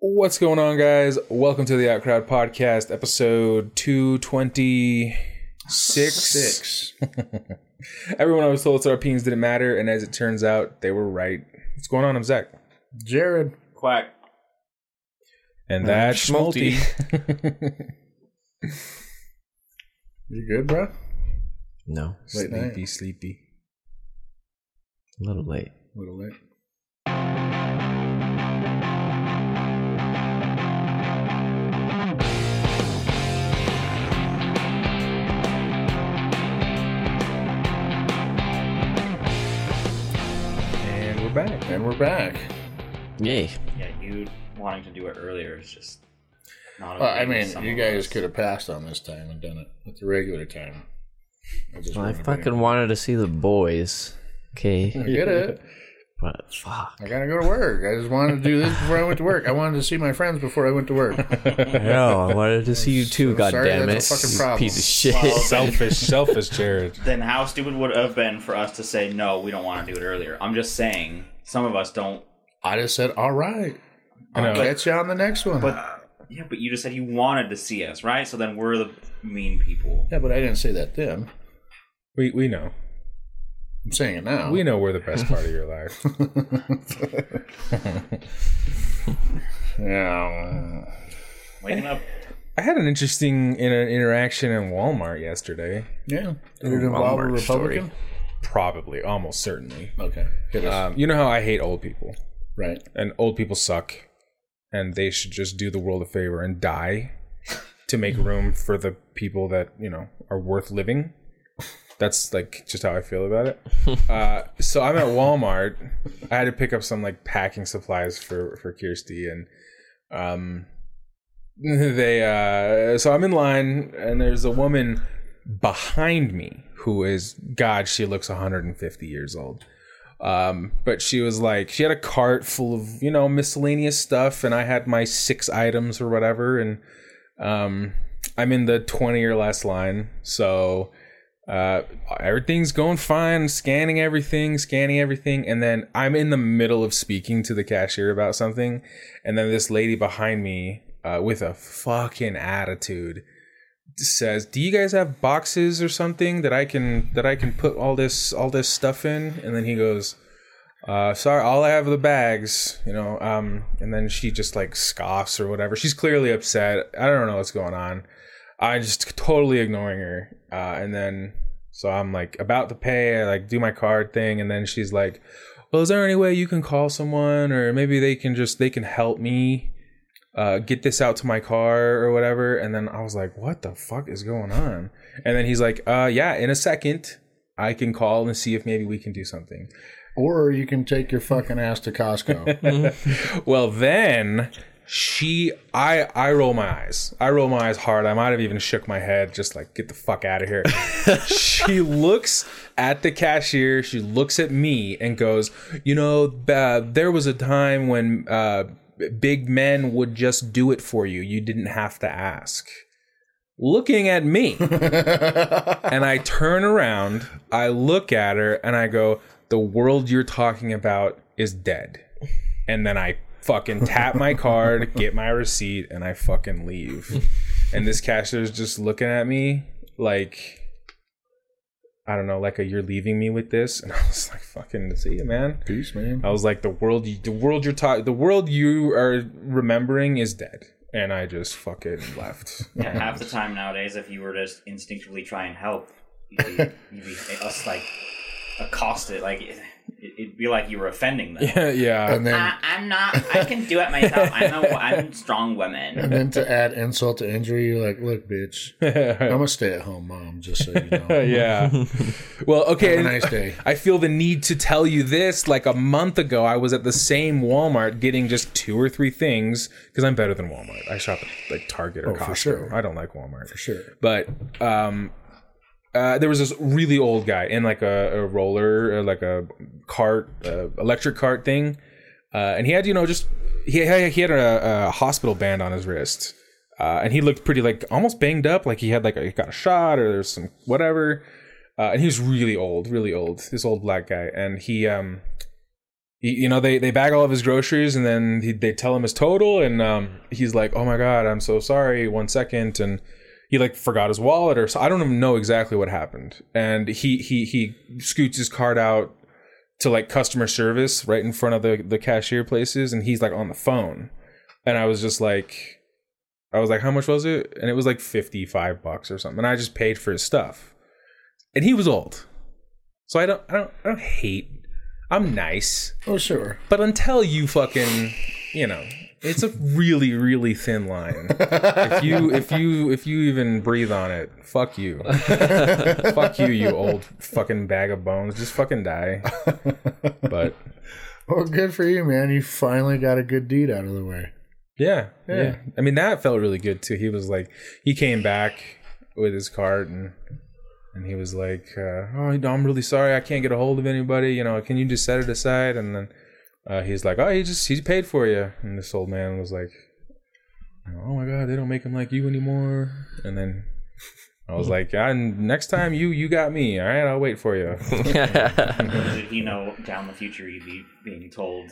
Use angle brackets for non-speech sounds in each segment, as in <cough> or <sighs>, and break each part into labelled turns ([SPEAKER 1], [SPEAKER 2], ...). [SPEAKER 1] What's going on, guys? Welcome to the Out Crowd Podcast, episode 226.
[SPEAKER 2] Six.
[SPEAKER 1] Everyone always told us our opinions didn't matter, and as it turns out, they were right. What's going on? I'm Zach.
[SPEAKER 2] Jared.
[SPEAKER 3] Quack.
[SPEAKER 1] And that's
[SPEAKER 3] Schmalti.
[SPEAKER 1] Schmalti.
[SPEAKER 2] <laughs> You good, bro?
[SPEAKER 3] No,
[SPEAKER 2] Late night.
[SPEAKER 1] sleepy, sleepy.
[SPEAKER 3] a little late.
[SPEAKER 2] A little late.
[SPEAKER 1] And we're back.
[SPEAKER 2] And we're back.
[SPEAKER 3] Yay.
[SPEAKER 4] Yeah, you wanting to do it earlier is just not.
[SPEAKER 2] Well, I
[SPEAKER 4] okay with
[SPEAKER 2] mean,
[SPEAKER 4] some
[SPEAKER 2] you
[SPEAKER 4] of
[SPEAKER 2] guys
[SPEAKER 4] us.
[SPEAKER 2] could have passed on this time and done it at the regular time. I just
[SPEAKER 3] Well, I
[SPEAKER 2] wanted to
[SPEAKER 3] fucking wanted to see the boys.
[SPEAKER 2] bring-
[SPEAKER 3] Okay.
[SPEAKER 2] I get it.
[SPEAKER 3] But fuck.
[SPEAKER 2] I gotta go to work. I just wanted to do this before I went to work. I wanted to see my friends before I went to work.
[SPEAKER 3] No, I wanted to <laughs> see you too,
[SPEAKER 2] I'm sorry,
[SPEAKER 3] goddammit.
[SPEAKER 2] that's a fucking
[SPEAKER 3] You
[SPEAKER 2] problem.
[SPEAKER 3] Piece of shit.
[SPEAKER 4] Well,
[SPEAKER 1] Selfish, selfish, Jared.
[SPEAKER 4] Then how stupid would it have been for us to say no? We don't want to do it earlier. I'm just saying some of us don't.
[SPEAKER 2] I just said, all right.
[SPEAKER 1] I know.
[SPEAKER 2] I'll catch you on the next one.
[SPEAKER 4] But yeah, but you just said you wanted to see us, right? So then we're the mean people.
[SPEAKER 2] yeah, but I didn't say that then.
[SPEAKER 1] We, we know.
[SPEAKER 2] I'm saying it now.
[SPEAKER 1] We know we're the best part of your life.
[SPEAKER 2] Yeah. well,
[SPEAKER 4] Waking <laughs> up.
[SPEAKER 1] I had an interesting inter- interaction in Walmart yesterday.
[SPEAKER 2] Yeah. Did it involve a
[SPEAKER 3] Walmart story.
[SPEAKER 2] Republican?
[SPEAKER 1] Probably, almost certainly.
[SPEAKER 2] Okay. Hit us.
[SPEAKER 1] Um, you know how I hate old people,
[SPEAKER 2] right.
[SPEAKER 1] and old people suck, and they should just do the world a favor and die to make room for the people that you know are worth living. That's like just how I feel about it. Uh, so I'm at Walmart. I had to pick up some like packing supplies for for Kirsty, and um, <laughs> they uh, so I'm in line, and there's a woman behind me who is God. She looks 150 years old. Um, but she was like, she had a cart full of, you know, miscellaneous stuff, and I had my six items or whatever, and um, I'm in the 20 or less line, so uh, everything's going fine, scanning everything, scanning everything, and then I'm in the middle of speaking to the cashier about something, and then this lady behind me uh, with a fucking attitude says, "Do you guys have boxes or something that I can that I can put all this all this stuff in?" And then he goes, uh, "Sorry, all I have are the bags," you know. Um, and then she just like scoffs or whatever. She's clearly upset. I don't know what's going on. I'm just totally ignoring her. Uh, and then so I'm like about to pay. I like do my card thing, and then she's like, "Well, is there any way you can call someone, or maybe they can just they can help me?" uh, get this out to my car or whatever. And then I was like, what the fuck is going on? And then he's like, uh, yeah, in a second, I can call and see if maybe we can do something.
[SPEAKER 2] Or you can take your fucking ass
[SPEAKER 1] <laughs>
[SPEAKER 2] to Costco.
[SPEAKER 1] Well, then she, I, I roll my eyes. I roll my eyes hard. I might have even shook my head, just like, get the fuck out of here. she looks at the cashier. She looks at me and goes, you know, uh, there was a time when uh, big men would just do it for you. You didn't have to ask. Looking at me. and I turn around, I look at her, and I go, The world you're talking about is dead. And then I fucking tap my card, get my receipt, and I fucking leave. And this cashier's just looking at me like, I don't know, like a you're leaving me with this. And <laughs> I was like, fucking see you, man.
[SPEAKER 2] Peace, man.
[SPEAKER 1] I was like, the world, you, the world you're ta- the world you are remembering is dead, and I just fucking left. <laughs>
[SPEAKER 4] Yeah, half the time nowadays, if you were to just instinctively try and help,
[SPEAKER 2] <laughs>
[SPEAKER 4] you'd be, you'd be us like accosted. Like it, it'd be like you were offending them.
[SPEAKER 1] yeah,
[SPEAKER 2] And then,
[SPEAKER 4] I, Uh, I'm not. I can do it myself. I'm a. I'm a strong woman.
[SPEAKER 2] and then to add insult to injury, you're like,
[SPEAKER 1] <laughs>
[SPEAKER 2] look, bitch, I'm a stay at home mom, just so you know.
[SPEAKER 1] yeah. Well, okay.
[SPEAKER 2] Have a nice day.
[SPEAKER 1] I feel the need to tell you this. Like a month ago, I was at the same Walmart getting just two or three things because I'm better than Walmart. I shop at like Target or Costco.
[SPEAKER 2] for sure.
[SPEAKER 1] Oh, I don't like Walmart
[SPEAKER 2] For sure.
[SPEAKER 1] but um uh, there was this really old guy in like a, a roller, uh, like a cart, uh, electric cart thing, uh, and he had you know just he had, he had a, a hospital band on his wrist, uh, and he looked pretty like almost banged up, like he had like a, he got a shot or there's some whatever, uh, and he was really old, really old, this old black guy, and he um y- you know they, they bag all of his groceries and then he, they tell him his total and um, he's like oh my god i'm so sorry one second and he like forgot his wallet or so i don't even know exactly what happened and he he he scoots his card out to like customer service right in front of the the cashier places and he's like on the phone and i was just like i was like how much was it and it was like 55 bucks or something and i just paid for his stuff and he was old so i don't i don't i don't hate i'm nice
[SPEAKER 2] Oh, sure.
[SPEAKER 1] but until you fucking, you know, it's a really, really thin line. if you, if you, if you even breathe on it, fuck you, fuck you, you old fucking bag of bones. Just fucking die. But
[SPEAKER 2] Well, good for you, man. You finally got a good deed out of the way.
[SPEAKER 1] yeah, yeah, I mean, that felt really good too. He was like, he came back with his cart and. And he was like, uh, "Oh, you know, I'm really sorry. I can't get a hold of anybody. You know, can you just set it aside?" And then uh, he's like, "Oh, he just he paid for you." And this old man was like, "Oh my God, they don't make him like you anymore." And then I was like, "Ah, "Next time you you got me. All right, I'll wait for you."
[SPEAKER 4] Did he know down the future he'd be being
[SPEAKER 1] <laughs>
[SPEAKER 4] told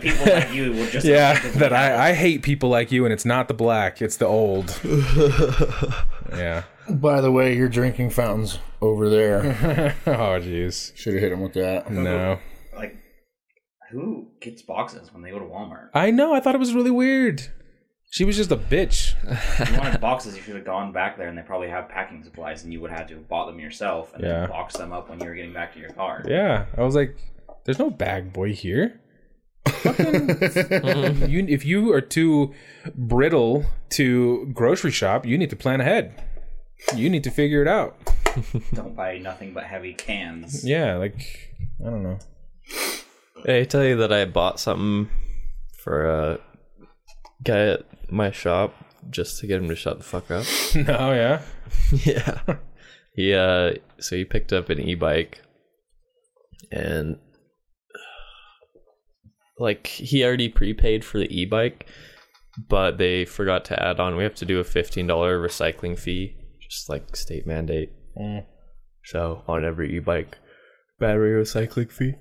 [SPEAKER 4] people like you would just
[SPEAKER 1] yeah, that I I hate people like you, and it's not the black, it's the old. yeah.
[SPEAKER 2] By the way, your drinking fountain's over there.
[SPEAKER 1] <laughs> Oh jeez.
[SPEAKER 2] Should have hit him with that.
[SPEAKER 3] Uh-huh.
[SPEAKER 1] No.
[SPEAKER 4] like who gets boxes when they go to Walmart?
[SPEAKER 1] I know. I thought it was really weird. She was just a
[SPEAKER 3] <laughs>
[SPEAKER 1] bitch.
[SPEAKER 4] If you wanted boxes, you should have gone back there and they probably have packing supplies and you would have to have bought them yourself and
[SPEAKER 1] Yeah.
[SPEAKER 4] then boxed them up when you were getting back to your car.
[SPEAKER 1] Yeah, I was like, "There's no bag boy here."
[SPEAKER 3] <laughs>
[SPEAKER 1] Fucking, you, if you are too brittle to grocery shop, you need to plan ahead. You need to figure it out.
[SPEAKER 4] Don't buy nothing but heavy cans.
[SPEAKER 1] Yeah, like I don't know. <laughs>
[SPEAKER 3] I tell you that I bought something for a guy at my shop just to get him to shut the fuck up.
[SPEAKER 1] No, yeah,
[SPEAKER 3] <laughs> yeah. He uh so he picked up an e-bike and <sighs> like he already prepaid for the e-bike, but they forgot to add on we have to do a $15 recycling fee, just like state mandate.
[SPEAKER 1] Mm.
[SPEAKER 3] So on every e-bike battery recycling fee.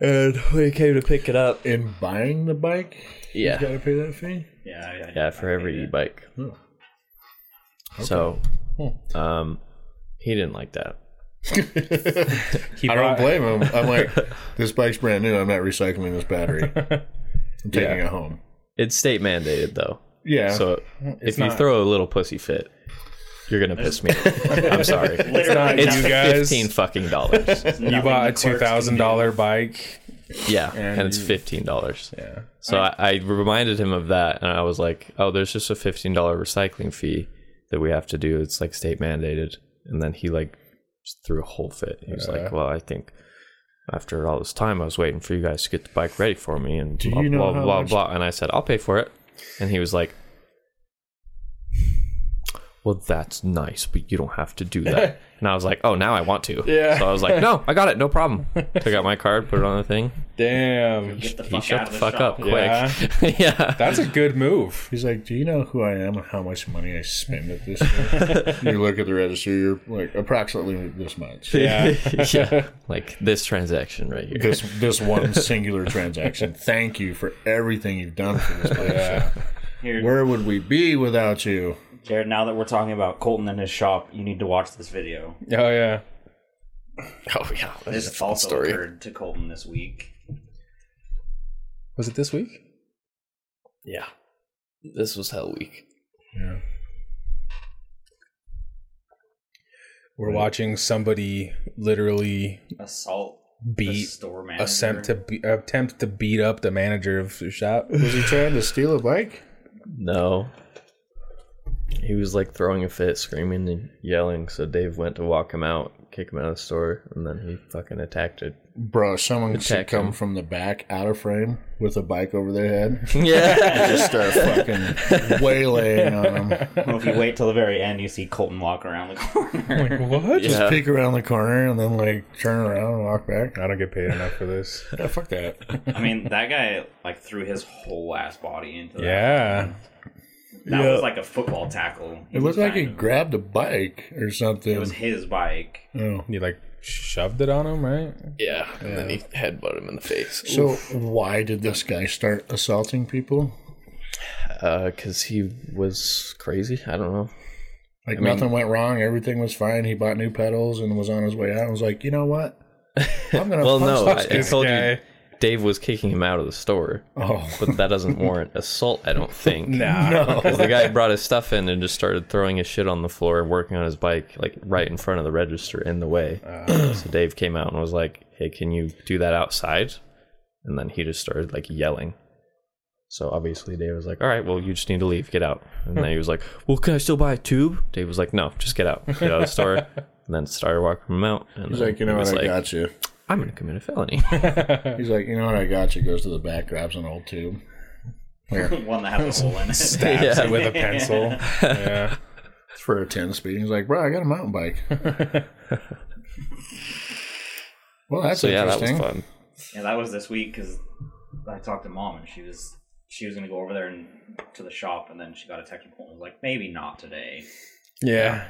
[SPEAKER 3] And when he came to pick it up,
[SPEAKER 2] In buying the bike, you
[SPEAKER 3] yeah.
[SPEAKER 2] gotta pay that fee.
[SPEAKER 4] Yeah, I, I,
[SPEAKER 3] Yeah, for every e-bike.
[SPEAKER 2] Oh.
[SPEAKER 3] So um he didn't like that.
[SPEAKER 1] he
[SPEAKER 2] I don't
[SPEAKER 1] brought,
[SPEAKER 2] blame him. I'm like, this bike's brand new. I'm not recycling this battery. I'm taking it home.
[SPEAKER 3] It's state mandated though.
[SPEAKER 2] Yeah.
[SPEAKER 3] So if you
[SPEAKER 1] not-
[SPEAKER 3] throw a little pussy fit, you're gonna piss me. off.
[SPEAKER 1] <laughs>
[SPEAKER 3] I'm sorry.
[SPEAKER 4] It's not
[SPEAKER 3] It's
[SPEAKER 1] you guys.
[SPEAKER 3] fifteen fucking dollars.
[SPEAKER 1] you bought a two thousand dollar bike.
[SPEAKER 2] <laughs>
[SPEAKER 3] Yeah, and, it's
[SPEAKER 1] you-
[SPEAKER 3] fifteen dollars.
[SPEAKER 1] Yeah,
[SPEAKER 3] So I, I reminded him of that, and I was like, "Oh, there's just a fifteen dollar recycling fee that we have to do. It's like state mandated." And then he like just threw a whole fit. He was like, "Well, I think." After all this time, I was waiting for you guys to get the bike ready for me, and
[SPEAKER 2] Do
[SPEAKER 3] blah
[SPEAKER 2] you know
[SPEAKER 3] blah
[SPEAKER 2] how
[SPEAKER 3] blah
[SPEAKER 2] much-
[SPEAKER 3] blah. And I said, "I'll pay for it," and he was like, "Well, that's nice, but you don't have to do
[SPEAKER 2] <laughs>
[SPEAKER 3] that." and I was like, "Oh, now I want to."
[SPEAKER 1] Yeah.
[SPEAKER 3] So I was like, "No, I got it,
[SPEAKER 2] <laughs>
[SPEAKER 3] no problem." Took out my card, put it on the thing.
[SPEAKER 1] damn, <laughs>
[SPEAKER 4] Get the
[SPEAKER 3] He
[SPEAKER 4] fuck out
[SPEAKER 3] shut
[SPEAKER 4] of
[SPEAKER 3] the fuck
[SPEAKER 4] shop.
[SPEAKER 3] up quick. yeah.
[SPEAKER 1] that's a good move.
[SPEAKER 2] He's like, "Do you know who I am and how much money I spend at this?" store?" you look at the register. You're like, approximately this much.
[SPEAKER 1] <laughs> Yeah,
[SPEAKER 3] <laughs> <laughs> yeah, like this transaction
[SPEAKER 2] <laughs>
[SPEAKER 3] right here.
[SPEAKER 2] This this one singular transaction. Thank you for everything you've done for this bike shop.
[SPEAKER 4] Here,
[SPEAKER 2] Where would we be without you?
[SPEAKER 4] Jared, now that we're talking about Colton and his shop, you need to watch this video.
[SPEAKER 1] oh yeah.
[SPEAKER 3] Oh yeah,
[SPEAKER 4] This also occurred to Colton this week.
[SPEAKER 1] Was it this week?
[SPEAKER 3] Yeah, this was hell week.
[SPEAKER 2] Yeah.
[SPEAKER 1] We're watching somebody literally
[SPEAKER 4] Assault the
[SPEAKER 1] beat
[SPEAKER 4] store manager.
[SPEAKER 1] attempt to be, attempt to beat up the manager of the shop.
[SPEAKER 2] Was he trying to steal a bike?
[SPEAKER 3] No, he was like throwing a fit, screaming and yelling. So Dave went to walk him out, kick him out of the store, and then he fucking attacked it.
[SPEAKER 2] Bro, someone should
[SPEAKER 3] Attack
[SPEAKER 2] come
[SPEAKER 3] him.
[SPEAKER 2] from the back, out of frame, with a bike over their head, <laughs>
[SPEAKER 3] <laughs> Yeah,
[SPEAKER 2] just start fucking waylaying on
[SPEAKER 3] <laughs>
[SPEAKER 2] them.
[SPEAKER 4] Well, <laughs> if you wait till the very end, you see Colton walk around the corner.
[SPEAKER 1] What?
[SPEAKER 3] yeah.
[SPEAKER 2] Peek around the corner and then like turn around and walk back.
[SPEAKER 1] I don't get paid enough for this.
[SPEAKER 2] Yeah, fuck that.
[SPEAKER 4] I mean, that guy like threw his whole ass body into
[SPEAKER 1] <laughs>
[SPEAKER 4] that.
[SPEAKER 1] Yeah.
[SPEAKER 4] That
[SPEAKER 2] Yeah.
[SPEAKER 4] was like a football tackle. He
[SPEAKER 2] It <laughs>
[SPEAKER 4] was
[SPEAKER 2] looked like he
[SPEAKER 4] trying to-
[SPEAKER 2] grabbed a bike or something.
[SPEAKER 4] It was his bike. <laughs>
[SPEAKER 2] oh.
[SPEAKER 1] He like shoved it on him, right?
[SPEAKER 5] Yeah, and then he headbutted him in the face.
[SPEAKER 2] So why did this guy start assaulting people?
[SPEAKER 3] because Uh, he was crazy. I don't know.
[SPEAKER 2] Like nothing went wrong, everything was fine. He bought new pedals and was on his way out. And was like, you know
[SPEAKER 3] <laughs>
[SPEAKER 2] what? I'm gonna.
[SPEAKER 3] Well,
[SPEAKER 2] punch
[SPEAKER 3] no, I,
[SPEAKER 2] this
[SPEAKER 3] I
[SPEAKER 2] guy."
[SPEAKER 3] told you Dave was kicking him out of the store,
[SPEAKER 2] Oh,
[SPEAKER 3] <laughs> but
[SPEAKER 2] <laughs>
[SPEAKER 3] that doesn't warrant assault. I don't think.
[SPEAKER 1] Nah.
[SPEAKER 3] Because the guy brought his stuff in and just started throwing his shit on the floor and working on his bike, like right in front of the register in the way.
[SPEAKER 2] Ah.
[SPEAKER 3] <clears throat> so Dave came out and was like, "Hey, can you do that outside?" And then he just started like yelling. So obviously Dave was like, "All right, well you just need to leave, get out." And then he was like, "Well, can I still buy a tube?" Dave was like, "No, just get out, get out of
[SPEAKER 2] <laughs>
[SPEAKER 3] the store." and then started walking him out. And
[SPEAKER 2] he's
[SPEAKER 3] then
[SPEAKER 2] like, you know
[SPEAKER 3] he
[SPEAKER 2] what?
[SPEAKER 3] was
[SPEAKER 2] I
[SPEAKER 3] like,
[SPEAKER 2] got you.
[SPEAKER 3] I'm gonna commit a felony.
[SPEAKER 2] He's like, you know what? I got you. Goes to the back, grabs an old tube.
[SPEAKER 3] <laughs>
[SPEAKER 4] One that has a hole in it.
[SPEAKER 1] Stabs it with a
[SPEAKER 4] <laughs>
[SPEAKER 1] pencil. yeah.
[SPEAKER 2] It's for a ten speed. He's like, bro, I got a mountain
[SPEAKER 4] <laughs>
[SPEAKER 2] bike. well, that's
[SPEAKER 3] <laughs> so yeah, that was
[SPEAKER 2] interesting.
[SPEAKER 3] fun.
[SPEAKER 4] Yeah, that was this week because I talked to mom and she was she was gonna go over there and to the shop and then she got a text from Colton and was like maybe not today.
[SPEAKER 1] Yeah.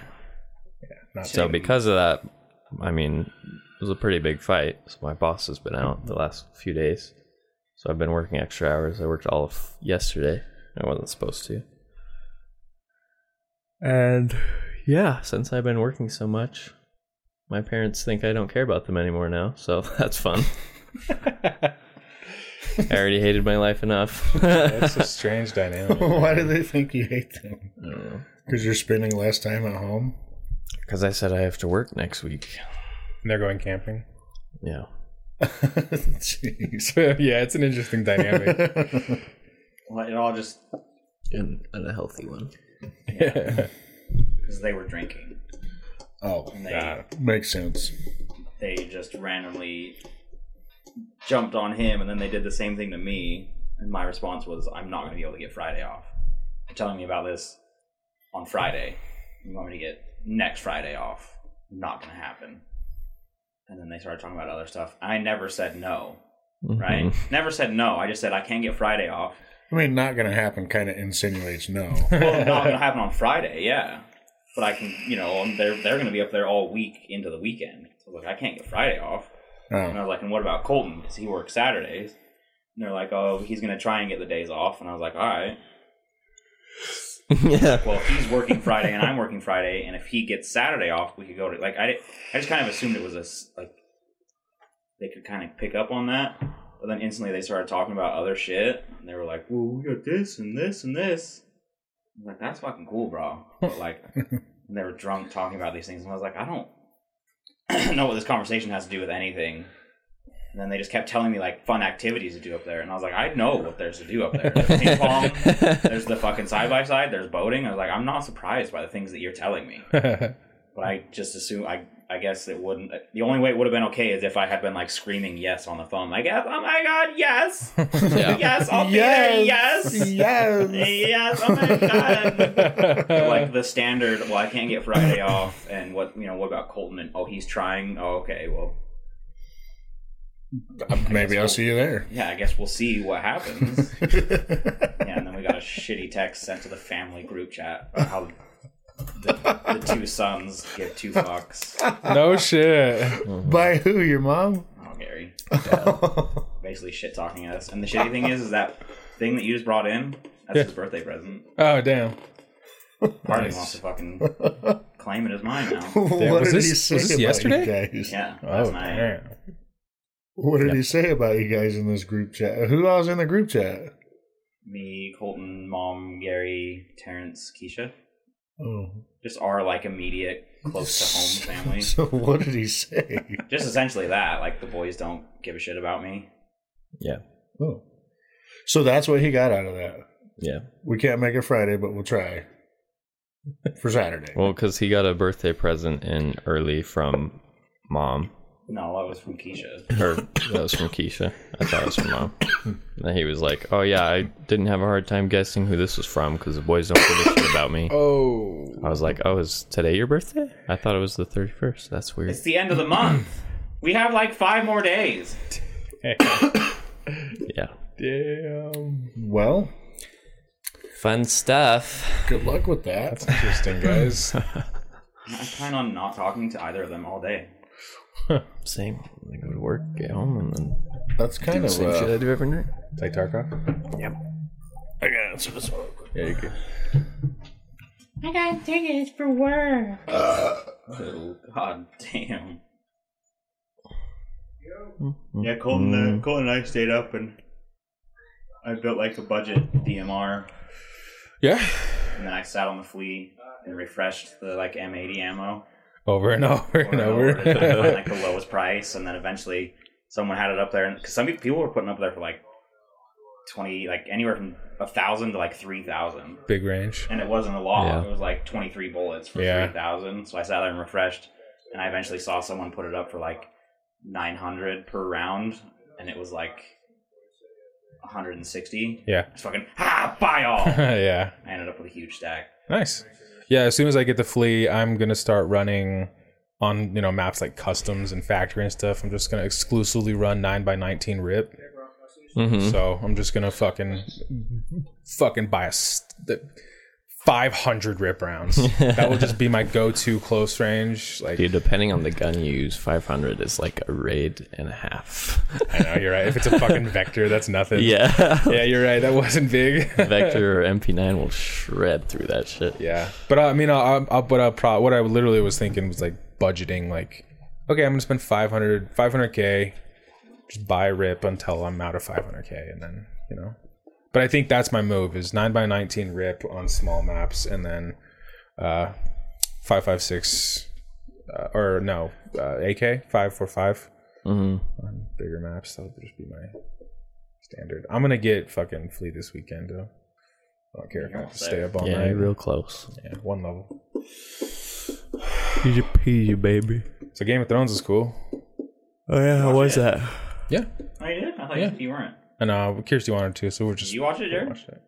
[SPEAKER 3] So because of that, I mean, it was a pretty big fight. So my boss has been out the last few days. So I've been working extra hours. I worked all of yesterday. I wasn't supposed to. And yeah, since I've been working so much, my parents think I don't care about them anymore now. So <laughs> that's fun. I already hated my life enough. <laughs>
[SPEAKER 1] That's a strange <laughs> dynamic.
[SPEAKER 2] <laughs> Why do they think you hate them? Because you're spending less time at home. <laughs>
[SPEAKER 3] Because I said I have to work next week.
[SPEAKER 1] And they're going camping.
[SPEAKER 3] Yeah.
[SPEAKER 1] <laughs>
[SPEAKER 2] Jeez.
[SPEAKER 1] yeah, it's an interesting dynamic. <laughs>
[SPEAKER 4] Well, it all just
[SPEAKER 3] And, and a healthy one.
[SPEAKER 4] because they were drinking.
[SPEAKER 2] Oh,
[SPEAKER 4] And they
[SPEAKER 1] Yeah.
[SPEAKER 2] makes sense.
[SPEAKER 4] they just randomly jumped on him and then they did the same thing to me. And my response was, I'm not gonna be able to get Friday off. You're telling me about this on Friday. You want me to get next Friday off? Not gonna happen. And then they started talking about other stuff. I never said no.
[SPEAKER 3] Mm-hmm.
[SPEAKER 4] right? Never said no. I just said I can't get Friday off.
[SPEAKER 2] I mean, not gonna happen. Kind of insinuates no.
[SPEAKER 4] Well, not gonna happen on Friday, yeah. But I can, you know, and they're they're gonna be up there all week into the weekend. So like, I can't get Friday off. And I
[SPEAKER 2] Oh,
[SPEAKER 4] was like, and what about Colton? Because he works Saturdays. And they're like, oh, he's gonna try and get the days off. And I was like, all right.
[SPEAKER 3] <laughs> yeah.
[SPEAKER 4] Well, if he's working Friday and I'm working Friday, and if he gets Saturday off, we could go to like I did, I just kind of assumed it was a s- like they could kind of pick up on that. But then instantly they started talking about other shit. And they were like, "Well, we got this and this and this." I'm like, "That's fucking cool, bro." But like, and they were drunk talking about these things, and I was like, "I don't <clears throat> know what this conversation has to do with anything." And then they just kept telling me like fun activities to do up there, and I was like, "I know what there's to do up there. There's ping pong, there's the fucking side by side, there's boating." I was like, "I'm not surprised by the things that you're telling me." But I just assume I I guess it wouldn't. The only way it would have been okay is if I had been like screaming yes on the phone, like yes, oh my god, yes, yes, <laughs> I'll be there, yes, <laughs>
[SPEAKER 2] yes.
[SPEAKER 4] yes, oh
[SPEAKER 2] <laughs>
[SPEAKER 4] my god. But, like the standard. Well, I can't get Friday off, and what you know? What about Colton? And oh, he's trying. Oh, okay. Well,
[SPEAKER 2] <laughs> Maybe I'll see you there.
[SPEAKER 4] yeah, I guess we'll see what happens.
[SPEAKER 2] <laughs>
[SPEAKER 4] yeah, and then we got a shitty text sent to the family group chat about how the, the two sons give two fucks.
[SPEAKER 1] no shit.
[SPEAKER 2] By who? Your <laughs> mom?
[SPEAKER 4] Oh, Gary. Basically shit talking us. And the shitty thing is, is that thing that you just brought in, that's his birthday present.
[SPEAKER 1] Oh damn.
[SPEAKER 4] Party wants to fucking claim it as
[SPEAKER 1] <laughs>
[SPEAKER 4] mine now.
[SPEAKER 2] What
[SPEAKER 1] was
[SPEAKER 2] did
[SPEAKER 1] this-
[SPEAKER 2] he say
[SPEAKER 1] was this
[SPEAKER 2] about
[SPEAKER 1] yesterday?
[SPEAKER 2] You guys?
[SPEAKER 4] Yeah, that's
[SPEAKER 1] Oh
[SPEAKER 4] nice.
[SPEAKER 1] damn.
[SPEAKER 2] What did he say about you guys in this group chat? Who all was in the group chat?
[SPEAKER 4] Me, Colton, Mom, Gary, Terrence, Keisha.
[SPEAKER 2] Oh,
[SPEAKER 4] Just our like immediate, close
[SPEAKER 1] <laughs>
[SPEAKER 4] to home
[SPEAKER 2] <laughs>
[SPEAKER 4] family.
[SPEAKER 2] so what did he say?
[SPEAKER 4] Just essentially that. Like the boys don't give a shit about me.
[SPEAKER 3] <laughs> Yeah.
[SPEAKER 2] Oh, so that's what he got out of that.
[SPEAKER 3] Yeah.
[SPEAKER 2] We can't make it Friday, but we'll try for Saturday.
[SPEAKER 3] Well, because he got a birthday present in early from mom,
[SPEAKER 4] No, that was from Keisha.
[SPEAKER 3] or that was from Keisha. I thought it was from mom. And then he was like, "Oh yeah, I didn't have a hard time guessing who this was from because the boys don't give a shit about me."
[SPEAKER 1] Oh.
[SPEAKER 3] I was like, "Oh, is today your birthday?" I thought it was the thirty first. That's weird.
[SPEAKER 4] It's the end of the month. We have like five more days.
[SPEAKER 3] Yeah.
[SPEAKER 1] Damn.
[SPEAKER 2] Well,
[SPEAKER 3] Fun stuff.
[SPEAKER 2] good luck with
[SPEAKER 1] <laughs>
[SPEAKER 2] that.
[SPEAKER 1] Interesting, guys.
[SPEAKER 4] I plan on not talking to either of them all day.
[SPEAKER 3] Same. I go to work, get home, and then
[SPEAKER 2] That's kind of
[SPEAKER 3] same
[SPEAKER 2] uh,
[SPEAKER 3] shit I do every night.
[SPEAKER 1] Like Tarkov?
[SPEAKER 2] I gotta answer this one.
[SPEAKER 1] Yeah, you could.
[SPEAKER 6] I got tickets for work.
[SPEAKER 4] God damn.
[SPEAKER 3] Yeah,
[SPEAKER 4] Colton, uh, Colton and I stayed up and I built like a budget DMR,
[SPEAKER 1] Yeah.
[SPEAKER 4] and then I sat on the flea and refreshed the like M80 ammo
[SPEAKER 1] Over and over and over.
[SPEAKER 4] to try to
[SPEAKER 1] <laughs>
[SPEAKER 4] find <laughs> like the lowest price, and then eventually someone had it up there, and because some people were putting up there for like twenty, like anywhere from a thousand to like three thousand.
[SPEAKER 1] Big range.
[SPEAKER 4] and it wasn't a lot.
[SPEAKER 3] Yeah.
[SPEAKER 4] It was like 23 bullets for
[SPEAKER 1] Yeah.
[SPEAKER 4] 3,000. So I sat there and refreshed, and I eventually saw someone put it up for like 900 per round, and it was like 160.
[SPEAKER 1] Yeah.
[SPEAKER 4] It's fucking, ah, buy
[SPEAKER 1] <laughs>
[SPEAKER 4] all. I
[SPEAKER 1] yeah.
[SPEAKER 4] ended up with a huge stack.
[SPEAKER 1] Nice. Yeah, as soon as I get the flea, I'm gonna start running on you know maps like customs and factory and stuff. I'm just gonna exclusively run nine by nineteen rip.
[SPEAKER 3] Mm-hmm.
[SPEAKER 1] So I'm just gonna fucking fucking buy a st- 500 rip
[SPEAKER 3] <laughs>
[SPEAKER 1] rounds. that will just be my go-to close range. Like
[SPEAKER 3] Dude, depending on the gun you use, 500 is like a raid and a half.
[SPEAKER 1] I know you're right. If it's a
[SPEAKER 3] <laughs>
[SPEAKER 1] fucking vector, that's nothing.
[SPEAKER 3] yeah.
[SPEAKER 1] Yeah, you're right. That wasn't big. <laughs>
[SPEAKER 3] Vector or MP9 will shred through that shit.
[SPEAKER 1] Yeah, but uh, I mean, I, I, I but I pro, what I literally was thinking was like budgeting, like, okay, I'm gonna spend 500 500k, just buy rip until I'm out of 500k, and then you know. But I think that's my move is nine by nineteen rip on small maps, and then uh, five five six, uh, or no, uh, AK five four five
[SPEAKER 3] hmm
[SPEAKER 1] on bigger maps. That'll just be my standard. I'm gonna get fucking flea this weekend though. I don't care if I have to stay up all
[SPEAKER 3] Yeah,
[SPEAKER 1] night.
[SPEAKER 3] you're real close.
[SPEAKER 1] Yeah, one level.
[SPEAKER 3] He's a peasy, baby.
[SPEAKER 1] So Game of Thrones is cool.
[SPEAKER 3] Oh, yeah. How was that?
[SPEAKER 1] Yeah.
[SPEAKER 4] Oh, you did? I thought
[SPEAKER 1] Yeah.
[SPEAKER 4] you weren't.
[SPEAKER 1] And uh Kirsty wanted to, so we're just
[SPEAKER 4] Did you watch it, Jared?
[SPEAKER 1] watched it.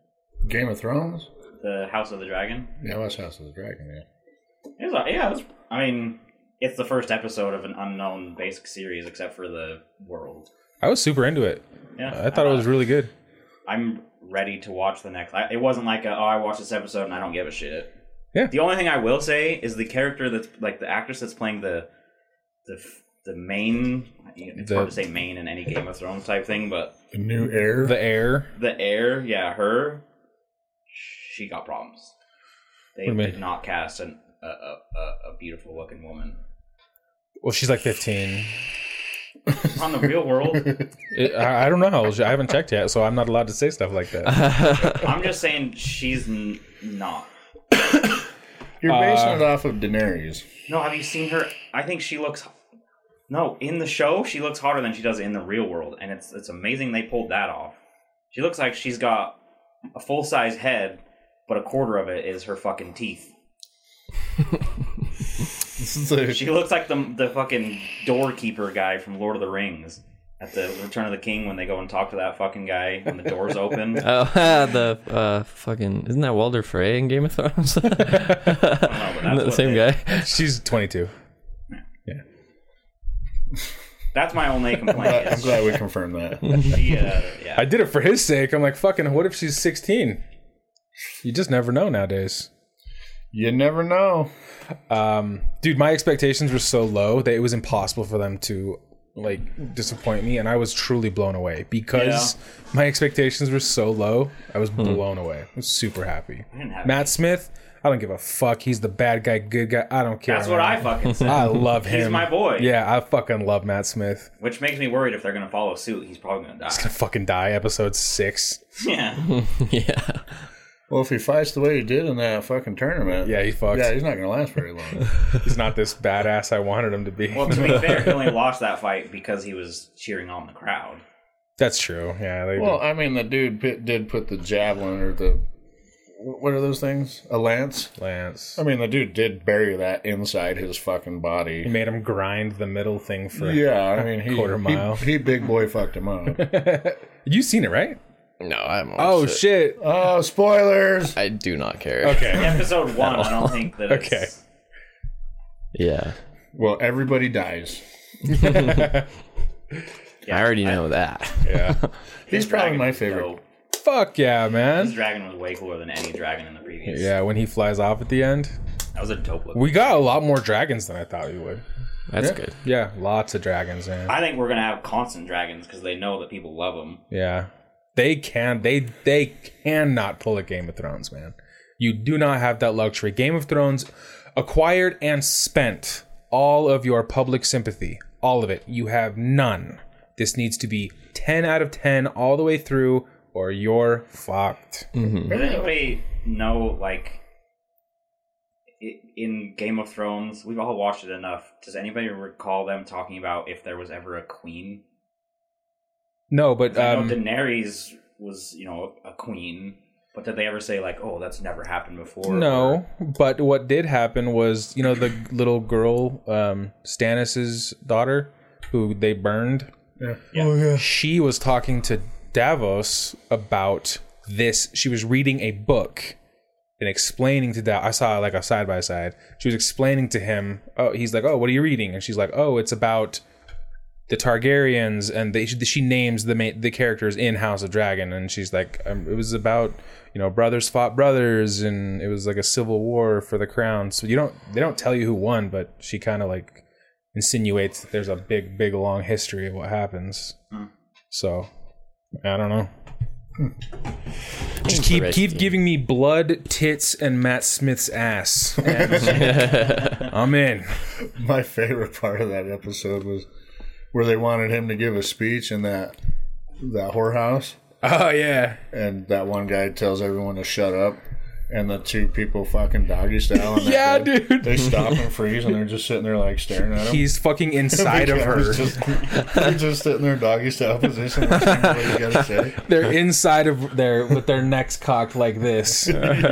[SPEAKER 2] Game of Thrones.
[SPEAKER 4] The House of the Dragon?
[SPEAKER 2] Yeah, that's House of the Dragon. Yeah.
[SPEAKER 4] It was, a- yeah, it was, I mean, it's the first episode of an unknown basic series except for the world.
[SPEAKER 1] I was super into it.
[SPEAKER 4] Yeah,
[SPEAKER 1] Uh, I thought it was really good.
[SPEAKER 4] I'm ready to watch the next. I, it wasn't like, a, oh, I watched this episode and I don't give a shit.
[SPEAKER 1] Yeah.
[SPEAKER 4] The only thing I will say is the character that's like the actress that's playing the the f- the main. It's
[SPEAKER 1] The-
[SPEAKER 4] hard to say main in any Game of Thrones type thing, but
[SPEAKER 2] The new heir.
[SPEAKER 1] The air.
[SPEAKER 4] the heir, yeah, her, she got problems. They
[SPEAKER 1] What do you
[SPEAKER 4] did
[SPEAKER 1] mean?
[SPEAKER 4] not cast an, a, a a- a beautiful looking woman
[SPEAKER 1] Well, she's like 15.
[SPEAKER 4] on the
[SPEAKER 1] <laughs>
[SPEAKER 4] real world.
[SPEAKER 1] It- I, I don't know. I haven't checked yet, so I'm not allowed to say stuff like that.
[SPEAKER 4] I'm just saying she's n- not.
[SPEAKER 1] Uh,
[SPEAKER 2] You're basing it off of
[SPEAKER 1] <laughs>
[SPEAKER 2] Daenerys. <laughs>
[SPEAKER 4] No, have you seen her? I think she looks. No, in the show, she looks hotter than she does in the real world, and it's it's amazing they pulled that off. She looks like she's got a full size head, but a quarter of it is her fucking teeth.
[SPEAKER 2] This is like,
[SPEAKER 4] She looks like the the fucking doorkeeper guy from Lord of the Rings at the Return of the King when they go and talk to that fucking guy when the doors
[SPEAKER 3] <laughs>
[SPEAKER 4] open. I
[SPEAKER 3] Oh, the uh, fucking. Isn't that Walder Frey in Game of Thrones? <laughs> isn't
[SPEAKER 4] don't know, but
[SPEAKER 3] that
[SPEAKER 4] that's
[SPEAKER 3] the
[SPEAKER 4] what
[SPEAKER 3] same
[SPEAKER 4] they-
[SPEAKER 3] guy? <laughs>
[SPEAKER 1] She's 22.
[SPEAKER 4] That's my only complaint.
[SPEAKER 2] I'm
[SPEAKER 4] is
[SPEAKER 2] glad we
[SPEAKER 1] <laughs>
[SPEAKER 2] confirmed that.
[SPEAKER 4] she, uh, yeah.
[SPEAKER 1] I did it for his sake. I'm like, fucking, what if she's 16? You just never know nowadays.
[SPEAKER 2] you never know.
[SPEAKER 1] Um, dude, my expectations were so low that it was impossible for them to like disappoint me, and I was truly blown away because my expectations were so low. I was blown away. I was super happy.
[SPEAKER 4] Hmm. didn't have
[SPEAKER 1] Matt Smith, I don't give a fuck. He's the bad guy, good guy. I don't care.
[SPEAKER 4] That's what I fucking
[SPEAKER 1] <laughs>
[SPEAKER 4] said.
[SPEAKER 1] I love him.
[SPEAKER 4] He's my boy.
[SPEAKER 1] Yeah, I fucking love Matt Smith.
[SPEAKER 4] Which makes me worried if they're gonna follow suit, he's probably gonna die. <laughs>
[SPEAKER 1] Gonna fucking die. Episode six.
[SPEAKER 4] yeah.
[SPEAKER 3] yeah.
[SPEAKER 2] Well, if he fights the way he did in that fucking tournament,
[SPEAKER 1] Yeah, he fucks.
[SPEAKER 2] yeah, he's not gonna last
[SPEAKER 1] <laughs>
[SPEAKER 2] very long.
[SPEAKER 1] He's not this badass I wanted him to be.
[SPEAKER 4] Well, to be fair, he only lost that fight because he was cheering on the crowd.
[SPEAKER 1] <laughs> That's true. Yeah. They
[SPEAKER 2] well, I mean, the dude pit, did put the javelin or the what are those things? A lance.
[SPEAKER 1] Lance.
[SPEAKER 2] I mean, the dude did bury that inside his fucking
[SPEAKER 1] He
[SPEAKER 2] body.
[SPEAKER 1] made him grind the middle thing for
[SPEAKER 2] Yeah, I mean, he
[SPEAKER 1] Quarter
[SPEAKER 2] he-
[SPEAKER 1] mile.
[SPEAKER 2] He, big boy fucked him up.
[SPEAKER 1] <laughs> You seen it, right?
[SPEAKER 5] No, I haven't.
[SPEAKER 1] Oh
[SPEAKER 5] watched it.
[SPEAKER 1] shit.
[SPEAKER 2] oh, spoilers!
[SPEAKER 5] I do not care.
[SPEAKER 1] Okay.
[SPEAKER 4] Episode one, I don't think that. It's,
[SPEAKER 1] Okay.
[SPEAKER 3] Yeah.
[SPEAKER 2] Well, everybody dies.
[SPEAKER 3] I already know that.
[SPEAKER 1] Yeah.
[SPEAKER 2] He's probably
[SPEAKER 4] dragon
[SPEAKER 2] my
[SPEAKER 4] was
[SPEAKER 2] favorite.
[SPEAKER 4] dope.
[SPEAKER 1] Fuck yeah,
[SPEAKER 4] This
[SPEAKER 1] man.
[SPEAKER 4] dragon was way cooler than any dragon in the previous.
[SPEAKER 1] Yeah, when he flies off at the end.
[SPEAKER 4] That was a dope look.
[SPEAKER 1] We got a lot more dragons than I thought we would.
[SPEAKER 3] <laughs> That's
[SPEAKER 1] Yeah.
[SPEAKER 3] good.
[SPEAKER 1] Yeah, lots of dragons, man.
[SPEAKER 4] I think we're gonna have constant dragons because they know that people love them.
[SPEAKER 1] Yeah. They can they they cannot pull a Game of Thrones, man. You do not have that luxury. Game of Thrones acquired and spent all of your public sympathy. All of it. You have none. This needs to be 10 out of 10 all the way through or you're fucked.
[SPEAKER 3] Mm-hmm.
[SPEAKER 4] Does anybody know like i- in Game of Thrones? We've all watched it enough. Does anybody recall them talking about if there was ever a queen?
[SPEAKER 1] No, but
[SPEAKER 4] 'Cause I know
[SPEAKER 1] um,
[SPEAKER 4] Daenerys was, you know, a queen, but did they ever say like, "Oh, that's never happened before"?
[SPEAKER 1] No, but what did happen was, you know, the little girl, um, Stannis's daughter, who they burned. She was talking to Davos about this. She was reading a book and explaining to Davos. I saw like a side by side. She was explaining to him. Oh, he's like, oh, what are you reading? And she's like, oh, it's about the Targaryens, and they, she, she names the ma- the characters in House of Dragon, and she's like, um, it was about you know brothers fought brothers, and it was like a civil war for the crown. So you don't they don't tell you who won, but she kind of like insinuates that there's a big big long history of what happens. So I don't know. Just keep keep
[SPEAKER 3] Interesting.
[SPEAKER 1] giving me blood, tits, and Matt Smith's ass. and I'm in.
[SPEAKER 2] My favorite part of that episode was where they wanted him to give a speech in that that whorehouse,
[SPEAKER 1] Oh yeah.
[SPEAKER 2] and that one guy tells everyone to shut up, and the two people fucking doggy style. on that
[SPEAKER 1] Yeah,
[SPEAKER 2] bed.
[SPEAKER 1] dude.
[SPEAKER 2] They stop and freeze, and they're just sitting there like staring at him.
[SPEAKER 1] He's fucking inside
[SPEAKER 2] <laughs>
[SPEAKER 1] of her.
[SPEAKER 2] Just, they're just sitting there doggy style position. listening to what you gotta say.
[SPEAKER 1] They're inside of their with their necks cocked like this.
[SPEAKER 2] And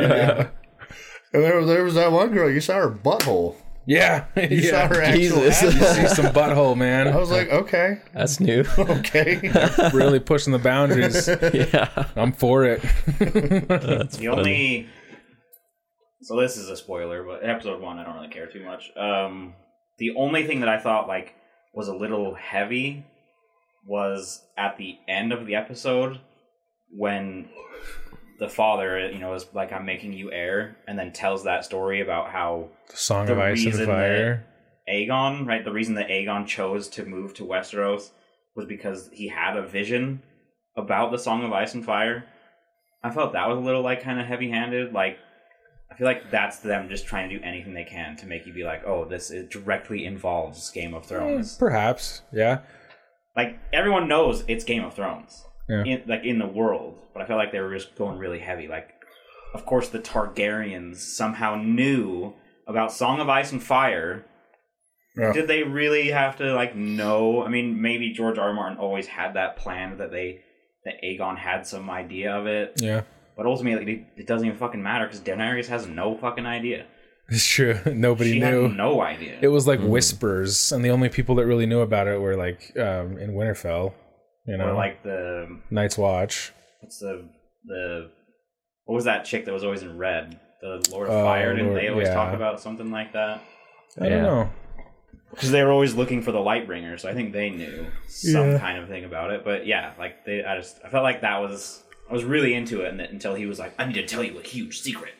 [SPEAKER 2] there, there was that one girl. You saw her butthole.
[SPEAKER 4] <laughs>
[SPEAKER 1] Yeah,
[SPEAKER 2] You
[SPEAKER 1] yeah.
[SPEAKER 2] saw her actual ass.
[SPEAKER 1] You <laughs> see some butthole,
[SPEAKER 2] I
[SPEAKER 1] man.
[SPEAKER 2] was like, okay, <laughs>
[SPEAKER 3] That's new. <laughs>
[SPEAKER 2] okay.
[SPEAKER 4] Oh.
[SPEAKER 1] Really pushing the boundaries. <laughs>
[SPEAKER 3] yeah.
[SPEAKER 1] I'm for it.
[SPEAKER 4] The only so this is a spoiler, but episode one, I don't really care too much. Um, the only thing that I thought like was a little heavy was at the end of the episode when the father, you know, is like, "I'm making you heir," and then tells that story about how
[SPEAKER 1] Song
[SPEAKER 4] The
[SPEAKER 1] of Ice and
[SPEAKER 4] reason
[SPEAKER 1] Fire.
[SPEAKER 4] Aegon, right? The reason that Aegon chose to move to Westeros was because he had a vision about the Song of Ice and Fire. I felt that was a little like kind of heavy-handed. Like, I feel like that's them just trying to do anything they can to make you be like, "Oh, this is, directly involves Game of Thrones."
[SPEAKER 1] Perhaps, yeah.
[SPEAKER 4] Like everyone knows it's Game of Thrones,
[SPEAKER 1] Yeah.
[SPEAKER 4] in, like in the world. But I felt like they were just going really heavy. Like, of course, the Targaryens somehow knew about Song of Ice and Fire. Did they really have to like know? I mean, maybe George R. R. Martin always had that plan that they that Aegon had some idea of it,
[SPEAKER 1] Yeah.
[SPEAKER 4] but ultimately it, it doesn't even fucking matter because Daenerys has no fucking idea.
[SPEAKER 1] It's true. <laughs> Nobody
[SPEAKER 4] she
[SPEAKER 1] knew.
[SPEAKER 4] had no idea.
[SPEAKER 1] it was like whispers, and the only people that really knew about it were like um, in Winterfell, you know,
[SPEAKER 4] or like the
[SPEAKER 1] Night's Watch.
[SPEAKER 4] what's the the what was that chick that was always in red? The Lord of
[SPEAKER 1] Oh,
[SPEAKER 4] Fire. Didn't
[SPEAKER 1] Lord-
[SPEAKER 4] they always talk
[SPEAKER 1] yeah.
[SPEAKER 4] about something like that?
[SPEAKER 1] I
[SPEAKER 3] Yeah.
[SPEAKER 1] don't know.
[SPEAKER 4] because they were always looking for the Lightbringer, so I think they knew some kind of thing about it. But yeah, like they, I just I felt like that was I was really into it and that- until he was like, I need to tell you a huge secret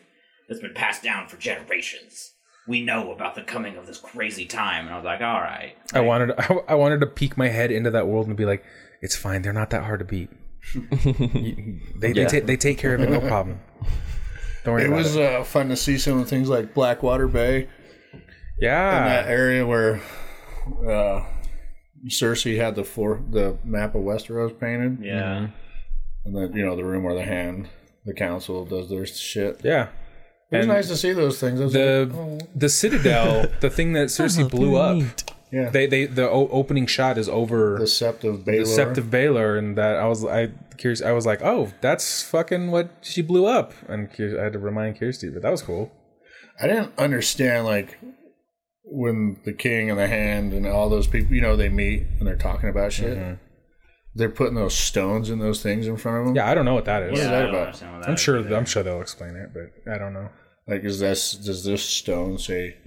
[SPEAKER 4] that's been passed down for generations. We know about the coming of this crazy time, and I was like, all right,
[SPEAKER 1] I wanted <laughs> I, I wanted to peek my head into that world and be like, it's fine. They're not that hard to beat. You- they, they, ta- they take care of it, no problem. Don't worry
[SPEAKER 2] It
[SPEAKER 1] about
[SPEAKER 2] was
[SPEAKER 1] it.
[SPEAKER 2] uh, fun to see some of the things like Blackwater Bay, that
[SPEAKER 1] Yeah,
[SPEAKER 2] area where uh, Cersei had the floor, the map of Westeros painted,
[SPEAKER 4] yeah,
[SPEAKER 2] and then you know the room where the hand, the council does their shit.
[SPEAKER 1] yeah.
[SPEAKER 2] It was
[SPEAKER 1] And
[SPEAKER 2] nice to see those things. I was
[SPEAKER 1] the
[SPEAKER 2] like, oh,
[SPEAKER 1] the citadel, the thing that Cersei blew up.
[SPEAKER 2] yeah,
[SPEAKER 1] They they the o- opening shot is over
[SPEAKER 2] the sept of Baelor.
[SPEAKER 1] the Sept of Baylor, and that I was I curious. I was like, oh, that's fucking what she blew up, and Kier- I had to remind Kirsty, but that was cool.
[SPEAKER 2] I didn't understand like when the king and the hand and all those people, you know, they meet and they're talking about shit.
[SPEAKER 1] Mm-hmm.
[SPEAKER 2] They're putting those stones and those things in front of them.
[SPEAKER 1] Yeah, I don't know what that is.
[SPEAKER 2] What is
[SPEAKER 4] Yeah, I
[SPEAKER 2] that
[SPEAKER 4] don't
[SPEAKER 2] about?
[SPEAKER 4] understand what that
[SPEAKER 1] I'm
[SPEAKER 4] is
[SPEAKER 1] sure
[SPEAKER 4] either.
[SPEAKER 1] I'm sure they'll explain it, but I don't know.
[SPEAKER 2] Like, is this does this stone say,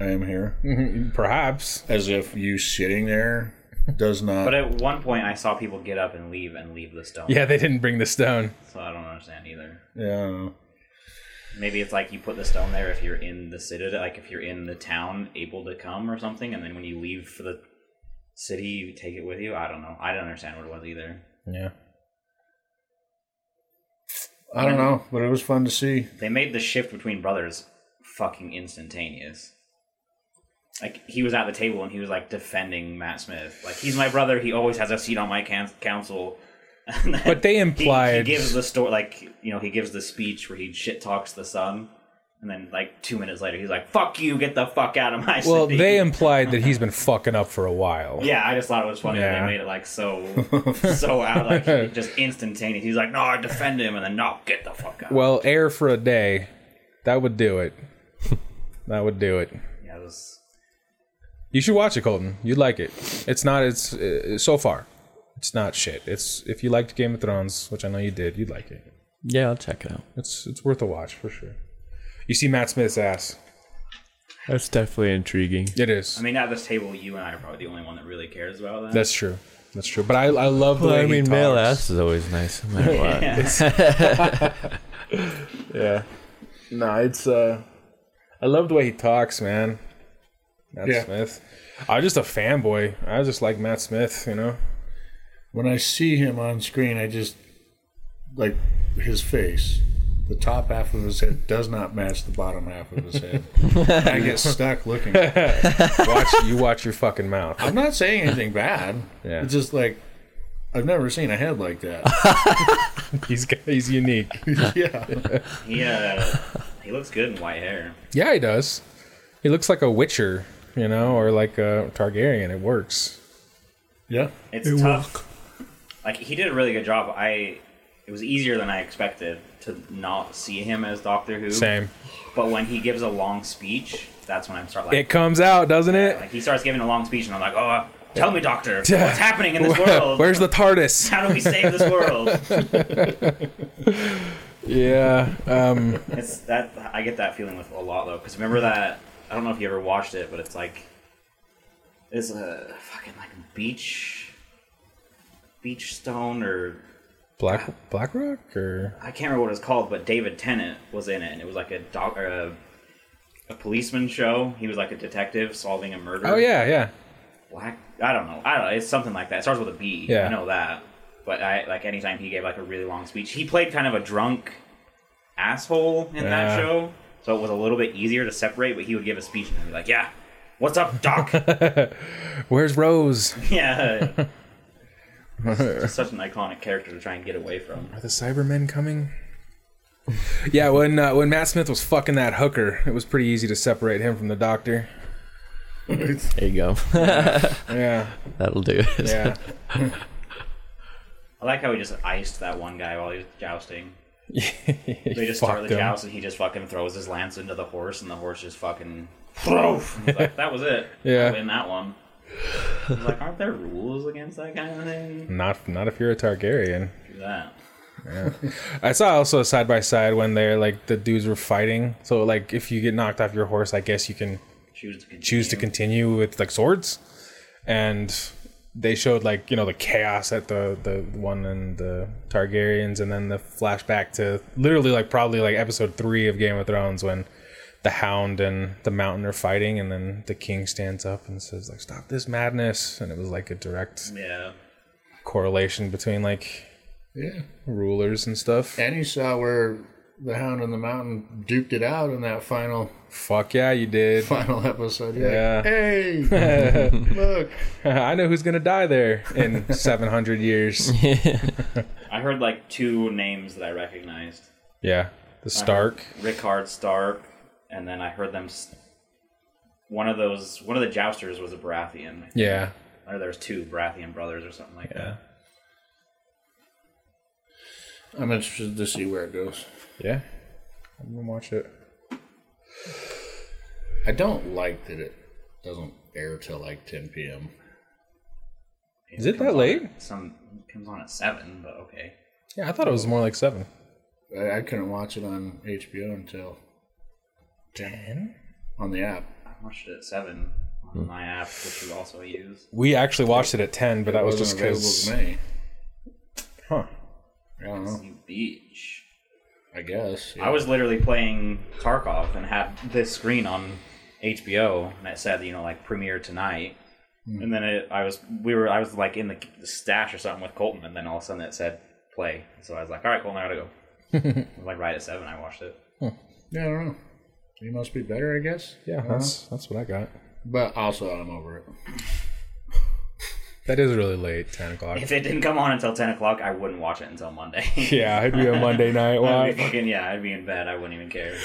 [SPEAKER 2] "I am here"?
[SPEAKER 1] Hmm. Perhaps.
[SPEAKER 2] As if you
[SPEAKER 1] <laughs>
[SPEAKER 2] sitting there does not.
[SPEAKER 4] But at one point, I saw people get up and leave and leave the stone.
[SPEAKER 1] Yeah, they didn't bring the stone.
[SPEAKER 4] so I don't understand either.
[SPEAKER 2] yeah. I don't know.
[SPEAKER 4] Maybe it's like you put the stone there if you're in the citadel, like if you're in the town, able to come or something, and then when you leave for the city, you take it with you. I don't know. I don't understand what it was either.
[SPEAKER 1] Yeah.
[SPEAKER 2] I don't know, but it was fun to see.
[SPEAKER 4] They made the shift between brothers fucking instantaneous. Like he was at the table and he was like defending Matt Smith. Like he's my brother. He always has a seat on my can- council. <laughs> And then
[SPEAKER 1] But they
[SPEAKER 4] he- he,
[SPEAKER 1] implied-
[SPEAKER 4] gives the story like you know he gives the speech where he shit talks the son, and then like two minutes later he's like "fuck you, get the fuck out of my
[SPEAKER 1] Well,
[SPEAKER 4] city." <laughs>
[SPEAKER 1] they implied that he's been fucking up for a while.
[SPEAKER 4] Yeah, I just thought it was funny that
[SPEAKER 1] Yeah.
[SPEAKER 4] they made it
[SPEAKER 1] <laughs>
[SPEAKER 4] like so, so out, like he- just instantaneous. He's like, "No, I defend him," and then, "No, get the fuck out."
[SPEAKER 1] Well, air for a day, that would do it. that would do it.
[SPEAKER 4] yeah, it was,
[SPEAKER 1] You should watch it, Colton. You'd like it. It's not. It's uh, so far. It's not shit. It's if you liked Game of Thrones, which I know you did, you'd like it.
[SPEAKER 3] Yeah, I'll check it out.
[SPEAKER 1] It's it's worth a watch for sure. You see Matt Smith's ass.
[SPEAKER 3] That's definitely intriguing.
[SPEAKER 1] It is.
[SPEAKER 4] I mean, at this table, you and I are probably the only one that really cares about that.
[SPEAKER 1] That's true. That's true. But I I love the
[SPEAKER 3] uh, Well,
[SPEAKER 1] way
[SPEAKER 3] I mean,
[SPEAKER 1] he
[SPEAKER 3] male
[SPEAKER 1] talks.
[SPEAKER 3] ass is always nice, no <laughs> matter what.
[SPEAKER 1] Yeah. No, it's uh I love the way he talks, man. Matt
[SPEAKER 2] Yeah.
[SPEAKER 1] Smith. I'm just a fanboy. I just like Matt Smith, you know.
[SPEAKER 2] When I see him on screen, I just like his face. The top half of his head does not match the bottom half of his head. I get stuck looking. at it.
[SPEAKER 1] Watch <laughs> you watch your fucking mouth.
[SPEAKER 2] I'm not saying anything bad.
[SPEAKER 1] Yeah.
[SPEAKER 2] It's just like I've never seen a head like
[SPEAKER 1] <laughs>
[SPEAKER 2] that.
[SPEAKER 1] He's he's unique.
[SPEAKER 2] yeah.
[SPEAKER 4] He uh, he looks good in white hair.
[SPEAKER 1] Yeah, he does. He looks like a Witcher, you know, or like a Targaryen. It works.
[SPEAKER 2] Yeah.
[SPEAKER 4] It's tough. Like he did a really good job. I it was easier than I expected to not see him as Doctor Who.
[SPEAKER 1] Same.
[SPEAKER 4] But when he gives a long speech, that's when I'm start like
[SPEAKER 1] It comes out, doesn't it?
[SPEAKER 4] Like he starts giving a long speech, and I'm like, "Oh, tell
[SPEAKER 1] <laughs>
[SPEAKER 4] me, Doctor, what's happening in this world?
[SPEAKER 1] Where's the TARDIS?
[SPEAKER 4] How do we save this world?"
[SPEAKER 1] Yeah. Um
[SPEAKER 4] It's that I get that feeling with a lot though, because remember that I don't know if you ever watched it, but it's like it's a fucking like beach, beach stone or
[SPEAKER 1] Black Blackrock or
[SPEAKER 4] I can't remember what it's called, but David Tennant was in it, and it was like a doc or a, a policeman show. He was like a detective solving a murder.
[SPEAKER 1] Oh yeah, yeah.
[SPEAKER 4] black. I don't know. I don't. know. It's something like that. It starts with a B.
[SPEAKER 1] Yeah.
[SPEAKER 4] I know that. But I like anytime he gave like a really long speech, he played kind of a drunk asshole in
[SPEAKER 1] Yeah.
[SPEAKER 4] that show, so it was a little bit easier to separate. But he would give a speech and I'd be like, "Yeah, what's
[SPEAKER 1] <laughs>
[SPEAKER 4] up, Doc?" <laughs>
[SPEAKER 1] Where's Rose? <laughs>
[SPEAKER 4] yeah. Just such an iconic character to try and get away from.
[SPEAKER 1] Are the Cybermen coming? <laughs> yeah, when uh, when Matt Smith was fucking that hooker, it was pretty easy to separate him from the doctor.
[SPEAKER 3] There you go. <laughs>
[SPEAKER 1] <laughs> Yeah,
[SPEAKER 3] That'll do it.
[SPEAKER 1] yeah,
[SPEAKER 4] I like how he just iced that one guy while he was
[SPEAKER 1] <laughs>
[SPEAKER 4] jousting. They just start
[SPEAKER 1] fucked
[SPEAKER 4] the
[SPEAKER 1] him.
[SPEAKER 4] joust and he just fucking throws his lance into the horse and the horse just fucking. Poof! He's
[SPEAKER 1] <laughs>
[SPEAKER 4] like, that was it.
[SPEAKER 1] Yeah.
[SPEAKER 4] I win that one. He's like, aren't there rules against that kind of thing?
[SPEAKER 1] not not if you're a Targaryen.
[SPEAKER 4] Do that.
[SPEAKER 1] I saw also a side by side when they're like the dudes were fighting. So like if you get knocked off your horse, I guess you can
[SPEAKER 4] Choose to continue.
[SPEAKER 1] choose to continue with like swords. And they showed like you know the chaos at the the one and the Targaryens, and then the flashback to literally like probably like episode three of Game of Thrones when the Hound and the Mountain are fighting, and then the King stands up and says like "Stop this madness," and it was like a direct
[SPEAKER 4] Yeah.
[SPEAKER 1] correlation between like
[SPEAKER 2] Yeah.
[SPEAKER 1] rulers and stuff.
[SPEAKER 2] And you saw where the hound and the mountain duped it out in that final
[SPEAKER 1] Fuck yeah, you did.
[SPEAKER 2] final episode. You're
[SPEAKER 1] Yeah.
[SPEAKER 2] like, hey, look.
[SPEAKER 1] <laughs> I know who's gonna die there in 700 years.
[SPEAKER 4] I heard like two names that I recognized
[SPEAKER 1] Yeah, the Stark.
[SPEAKER 4] Rickard Stark, and then I heard them. s one of those, one of the jousters was a Baratheon.
[SPEAKER 1] Yeah,
[SPEAKER 4] Or there's two Baratheon brothers or something like that.
[SPEAKER 2] I'm interested to see where it goes.
[SPEAKER 1] yeah. I'm gonna watch it.
[SPEAKER 2] I don't like that it doesn't air till like 10 p.m.
[SPEAKER 1] Is it
[SPEAKER 4] comes
[SPEAKER 1] that
[SPEAKER 4] on
[SPEAKER 1] late?
[SPEAKER 4] at Some comes on at seven, but okay.
[SPEAKER 1] Yeah, I thought it was more like seven.
[SPEAKER 2] I, I couldn't watch it on HBO until
[SPEAKER 1] Ten.
[SPEAKER 2] on the app.
[SPEAKER 4] I watched it at seven
[SPEAKER 1] Hmm.
[SPEAKER 4] on my app, which we also use.
[SPEAKER 1] We actually watched it at ten, but that
[SPEAKER 2] It
[SPEAKER 1] was
[SPEAKER 2] wasn't
[SPEAKER 1] just
[SPEAKER 2] available
[SPEAKER 1] because.
[SPEAKER 2] to me.
[SPEAKER 1] Huh.
[SPEAKER 2] I don't know.
[SPEAKER 4] You bitch.
[SPEAKER 2] I guess.
[SPEAKER 4] I was literally playing Tarkov and had this screen on HBO, and it said, you know, like premiere tonight.
[SPEAKER 1] Hmm.
[SPEAKER 4] And then it, I was, we were, I was like in the, the stash or something with Colton, and then all of a sudden it said play. So I was like, all right, Colton, I gotta
[SPEAKER 1] <laughs>
[SPEAKER 4] go. It was like right at seven, I watched it.
[SPEAKER 2] Yeah, I don't know. He must be better, I guess.
[SPEAKER 1] Yeah, that's that's what I got.
[SPEAKER 2] But also, I'm over it.
[SPEAKER 1] That is really late, ten o'clock.
[SPEAKER 4] If it didn't come on until ten o'clock, I wouldn't watch it until Monday. <laughs>
[SPEAKER 1] Yeah, it'd be a Monday night
[SPEAKER 4] I'd
[SPEAKER 1] watch.
[SPEAKER 4] be fucking, yeah, I'd be in bed. I wouldn't even care.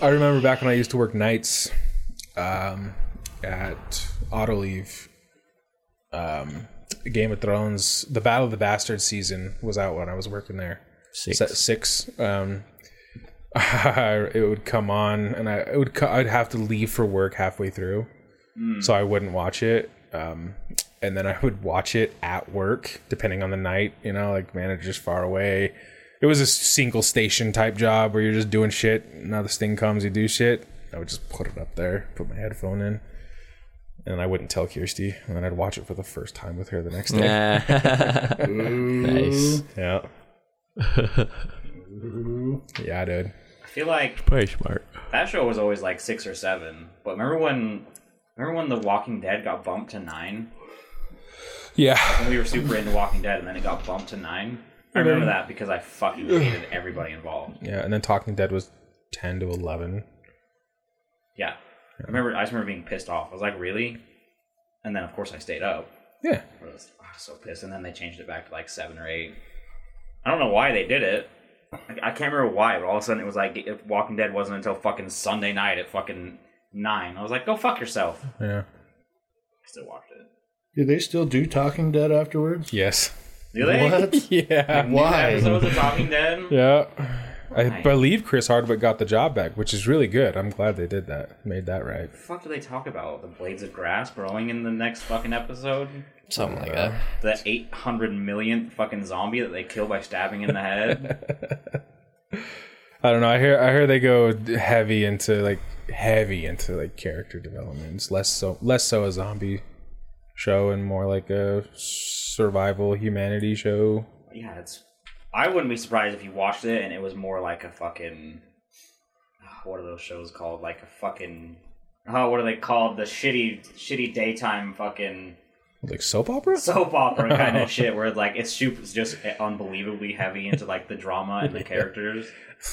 [SPEAKER 1] I remember back when I used to work nights um, at Autoleave. Um, Game of Thrones, the Battle of the Bastards season was out when I was working there.
[SPEAKER 3] Six.
[SPEAKER 1] Set six. Um, <laughs> it would come on, and I it would co- I'd have to leave for work halfway through, so I wouldn't watch it. Um, and then I would watch it at work, depending on the night. You know, like managers far away. It was a single station type job where you're just doing shit. Now this thing comes, you do shit. I would just put it up there, put my headphone in, and I wouldn't tell Kirsty. And then I'd watch it for the first time with her the next day.
[SPEAKER 3] <laughs> Nah. nice.
[SPEAKER 1] Yeah. yeah, dude.
[SPEAKER 4] I feel like
[SPEAKER 3] Pretty smart.
[SPEAKER 4] that show was always like six or seven. But remember when, remember when The Walking Dead got bumped to nine?
[SPEAKER 1] Yeah.
[SPEAKER 4] And we were super into Walking Dead, and then it got bumped to nine. I remember that because I fucking hated everybody involved.
[SPEAKER 1] Yeah, and then Talking Dead was 10 to 11.
[SPEAKER 4] Yeah, I remember. I just remember being pissed off. I was like, really? And then of course I stayed up.
[SPEAKER 1] Yeah.
[SPEAKER 4] I was I was so pissed. And then they changed it back to like seven or eight. I don't know why they did it. I, I can't remember why, but all of a sudden it was like if Walking Dead wasn't until fucking Sunday night at fucking nine. I was like, go fuck yourself. I
[SPEAKER 1] Yeah.
[SPEAKER 4] still watched it.
[SPEAKER 2] Do they still do Talking Dead afterwards?
[SPEAKER 1] Yes.
[SPEAKER 4] Do they?
[SPEAKER 1] <laughs>
[SPEAKER 2] What?
[SPEAKER 1] Yeah.
[SPEAKER 2] Why?
[SPEAKER 4] Episodes of Talking Dead.
[SPEAKER 1] Yeah. I
[SPEAKER 4] Nice.
[SPEAKER 1] believe Chris Hardwick got the job back, which is really good. I'm glad they did that. Made that right.
[SPEAKER 4] The fuck do they talk about? The blades of grass growing in the next fucking episode?
[SPEAKER 5] Something like that.
[SPEAKER 4] the 800 millionth fucking zombie that they kill by stabbing in the head.
[SPEAKER 1] I don't know. I hear I hear they go heavy into like heavy into like character development. It's less so less so a zombie show and more like a survival humanity show.
[SPEAKER 4] yeah, it's. I wouldn't be surprised if you watched it and it was more like a fucking. ah, What are those shows called? Like a fucking. Oh, what are they called? The shitty, shitty daytime fucking
[SPEAKER 1] Like soap opera?
[SPEAKER 4] soap opera kind of shit, where like it's super, it's just unbelievably heavy into like the drama and the characters.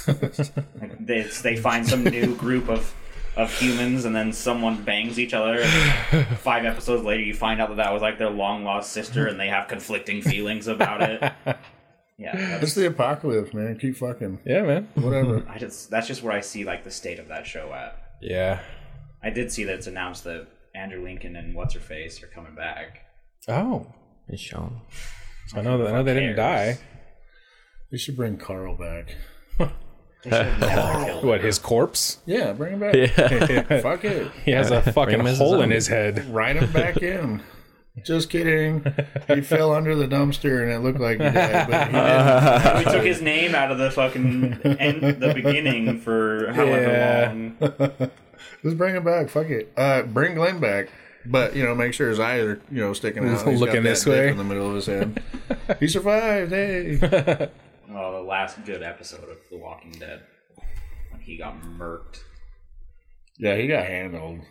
[SPEAKER 4] like they, it's- they find some new group of of humans, and then someone bangs each other. And five episodes later, you find out that that was like their long lost sister, and they have conflicting feelings about it. Yeah,
[SPEAKER 2] <laughs>
[SPEAKER 4] that's,
[SPEAKER 2] It's the apocalypse, man. Keep fucking
[SPEAKER 1] Yeah, man.
[SPEAKER 2] <laughs> whatever.
[SPEAKER 4] I just that's just where I see like the state of that show at.
[SPEAKER 1] <laughs> Yeah.
[SPEAKER 4] I did see that it's announced that Andrew Lincoln and what's her face are coming back.
[SPEAKER 1] Oh.
[SPEAKER 3] Michonne.
[SPEAKER 1] I know that I know they didn't die.
[SPEAKER 4] cares?
[SPEAKER 2] they should bring Carl back.
[SPEAKER 4] They should have never killed
[SPEAKER 1] What, his corpse?
[SPEAKER 2] Yeah, bring him back. <laughs> Fuck it.
[SPEAKER 1] He has a fucking
[SPEAKER 3] him as a
[SPEAKER 1] hole in
[SPEAKER 3] zombie.
[SPEAKER 1] his head.
[SPEAKER 2] Ride him back in. Just kidding. He fell under the dumpster and it looked like he died, but he didn't.
[SPEAKER 4] We took his name out of the fucking end, the beginning for however
[SPEAKER 1] Yeah.
[SPEAKER 4] long.
[SPEAKER 2] Just bring him back. Fuck it. Uh, bring Glenn back. But you know, make sure his eyes are you know sticking out. He's got
[SPEAKER 1] Looking
[SPEAKER 2] that
[SPEAKER 1] this
[SPEAKER 2] dick
[SPEAKER 1] way.
[SPEAKER 2] in the middle of his head. he survived. Hey.
[SPEAKER 4] Oh, the last good episode of The Walking Dead when he got murked.
[SPEAKER 2] Yeah, he got handled.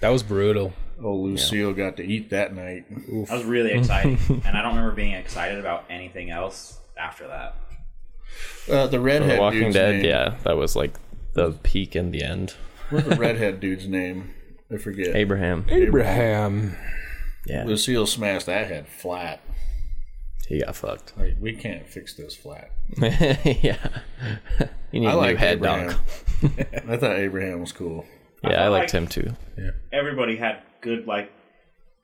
[SPEAKER 1] That was brutal.
[SPEAKER 2] Oh, Lucille got to eat that night.
[SPEAKER 4] That was really exciting, and I don't remember being excited about anything else after that.
[SPEAKER 2] Uh, the redhead
[SPEAKER 3] The Walking
[SPEAKER 2] dude's
[SPEAKER 3] Dead.
[SPEAKER 2] name.
[SPEAKER 3] Yeah, that was like the peak and the end.
[SPEAKER 2] What's the redhead dude's name? I
[SPEAKER 3] <laughs>
[SPEAKER 2] forget.
[SPEAKER 3] Abraham.
[SPEAKER 1] Abraham.
[SPEAKER 3] Yeah,
[SPEAKER 2] Lucille smashed that head flat.
[SPEAKER 3] he
[SPEAKER 5] <laughs>
[SPEAKER 3] got fucked.
[SPEAKER 2] Like we can't fix this flat.
[SPEAKER 3] yeah, you need
[SPEAKER 2] I
[SPEAKER 3] a new
[SPEAKER 2] like
[SPEAKER 3] head
[SPEAKER 2] Abraham.
[SPEAKER 3] doc.
[SPEAKER 2] <laughs> I thought Abraham was cool.
[SPEAKER 3] Yeah, I
[SPEAKER 4] feel
[SPEAKER 3] liked
[SPEAKER 4] like-
[SPEAKER 3] him too.
[SPEAKER 4] Everybody had good like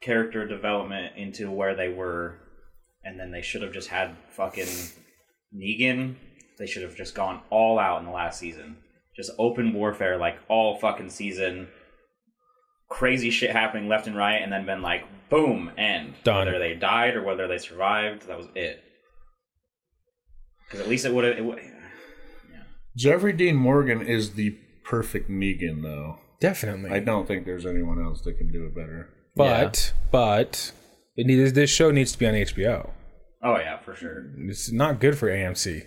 [SPEAKER 4] character development into where they were, and then they should have just had fucking Negan. They should have just gone all out in the last season, just open warfare like all fucking season. Crazy shit happening left and right, and then been like, boom, end.
[SPEAKER 1] Done.
[SPEAKER 4] Whether they died or whether they survived, that was it. Because at least it would have. It would,
[SPEAKER 2] Jeffrey Dean Morgan is the perfect Negan, though.
[SPEAKER 1] Definitely.
[SPEAKER 2] I don't think there's anyone else that can do it better.
[SPEAKER 1] but but it needs this show needs to be on HBO.
[SPEAKER 4] Oh yeah, for sure.
[SPEAKER 1] It's not good for AMC.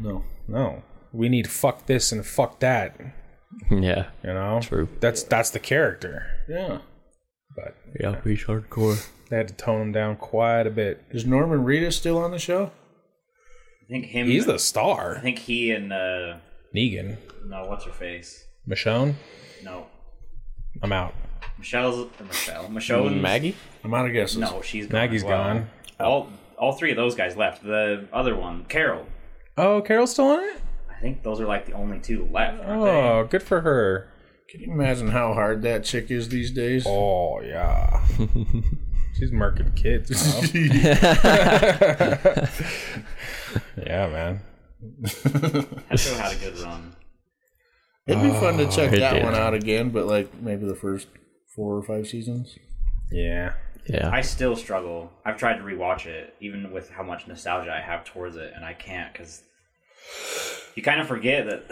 [SPEAKER 2] No.
[SPEAKER 1] No, we need fuck this and fuck that.
[SPEAKER 3] Yeah.
[SPEAKER 1] You know,
[SPEAKER 3] True.
[SPEAKER 1] That's that's the character.
[SPEAKER 2] Yeah.
[SPEAKER 1] But
[SPEAKER 3] Yeah, pretty hardcore.
[SPEAKER 1] they had to tone him down quite a bit.
[SPEAKER 2] Is Norman Reedus still on the show?
[SPEAKER 4] I think him.
[SPEAKER 1] He's the
[SPEAKER 4] I
[SPEAKER 1] star.
[SPEAKER 4] think he and uh,
[SPEAKER 1] Negan,
[SPEAKER 4] no, what's her face?
[SPEAKER 1] Michonne.
[SPEAKER 4] No,
[SPEAKER 1] I'm out.
[SPEAKER 4] Michelle's or Michelle. Michelle and
[SPEAKER 5] Maggie?
[SPEAKER 2] I'm out of guesses.
[SPEAKER 4] No, she's gone
[SPEAKER 1] Maggie's
[SPEAKER 4] as well.
[SPEAKER 1] gone.
[SPEAKER 4] All all three of those guys left. The other one, Carol.
[SPEAKER 1] Oh, Carol's still on it.
[SPEAKER 4] I think those are like the only two left. Aren't they?
[SPEAKER 1] Oh, good for her.
[SPEAKER 2] Can you imagine how hard that chick is these days? <laughs>
[SPEAKER 1] Oh yeah. She's marking kids. bro. <laughs> yeah, man.
[SPEAKER 4] That show had a good run.
[SPEAKER 2] It'd be
[SPEAKER 3] <laughs>
[SPEAKER 2] fun to check that
[SPEAKER 3] did.
[SPEAKER 2] one out again, but like maybe the first four or five seasons.
[SPEAKER 1] Yeah.
[SPEAKER 3] Yeah.
[SPEAKER 4] I still struggle. I've tried to rewatch it, even with how much nostalgia I have towards it, and I can't because you kind of forget that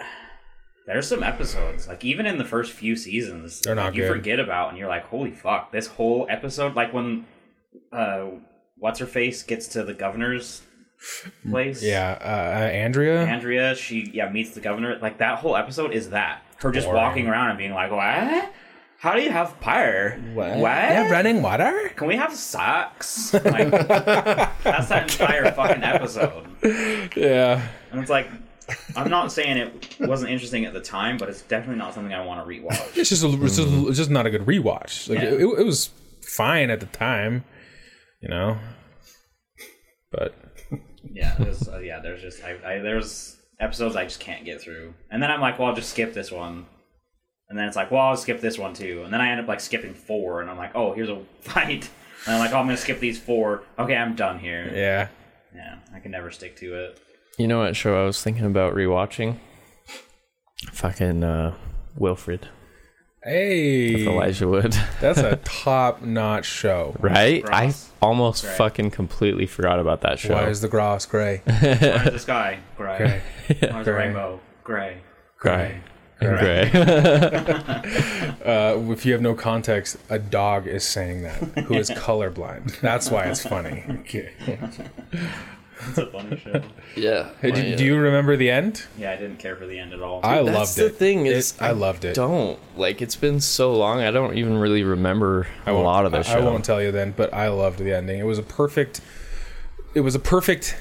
[SPEAKER 4] there's some episodes, like even in the first few seasons,
[SPEAKER 1] They're not
[SPEAKER 4] like, you
[SPEAKER 1] good.
[SPEAKER 4] forget about, and you're like, "Holy fuck!" This whole episode, like when uh, what's her face gets to the governor's place,
[SPEAKER 1] Yeah. Uh, uh, Andrea.
[SPEAKER 4] Andrea, she yeah meets the governor. Like that whole episode is that her just
[SPEAKER 1] Boring.
[SPEAKER 4] walking around and being like, "What? How do you have fire? What?
[SPEAKER 1] yeah, running water.
[SPEAKER 4] Can we have socks?" Like, that's that entire fucking episode.
[SPEAKER 1] Yeah.
[SPEAKER 4] And it's like, I'm not saying it wasn't interesting at the time, but it's definitely not something I want to rewatch.
[SPEAKER 1] It's just a, it's just, it's just not a good rewatch. Like
[SPEAKER 4] Yeah.
[SPEAKER 1] it, it was fine at the time, you know. But
[SPEAKER 4] Yeah, there's, uh, yeah. There's just I, I, there's episodes I just can't get through, and then I'm like, well, I'll just skip this one, and then it's like, well, I'll skip this one too, and then I end up like skipping four, and I'm like, oh, here's a <laughs> fight, and I'm like, oh, I'm gonna skip these four. Okay, I'm done here. Yeah,
[SPEAKER 1] yeah,
[SPEAKER 4] I can never stick to it.
[SPEAKER 3] You know what show I was thinking about rewatching? Fucking uh, Wilfred with
[SPEAKER 1] hey,
[SPEAKER 3] Elijah Wood. <laughs>
[SPEAKER 1] that's a top notch show.
[SPEAKER 3] right? I
[SPEAKER 4] Gross.
[SPEAKER 3] almost
[SPEAKER 4] Right.
[SPEAKER 3] fucking completely forgot about that show.
[SPEAKER 1] Why is the grass gray?
[SPEAKER 4] Why is the sky gray? Why is the
[SPEAKER 1] Gray. <laughs>
[SPEAKER 4] rainbow gray?
[SPEAKER 3] Gray.
[SPEAKER 1] <laughs>
[SPEAKER 3] Gray.
[SPEAKER 1] Uh, if you have no context, a dog is saying that who is colorblind. That's why it's funny.
[SPEAKER 2] Okay.
[SPEAKER 4] It's a funny show.
[SPEAKER 5] Yeah.
[SPEAKER 1] Hey,
[SPEAKER 5] my,
[SPEAKER 1] do,
[SPEAKER 5] uh,
[SPEAKER 1] do you remember the end?
[SPEAKER 4] Yeah, I didn't care for the end at all.
[SPEAKER 1] I
[SPEAKER 5] That's
[SPEAKER 1] loved
[SPEAKER 5] the
[SPEAKER 1] it.
[SPEAKER 5] thing is,
[SPEAKER 1] It- I loved it.
[SPEAKER 5] don't like it's been so long. I don't even really remember a
[SPEAKER 1] won't-
[SPEAKER 5] lot of the
[SPEAKER 1] I-
[SPEAKER 5] show.
[SPEAKER 1] I won't tell you then, but I loved the ending. It was a perfect. It was a perfect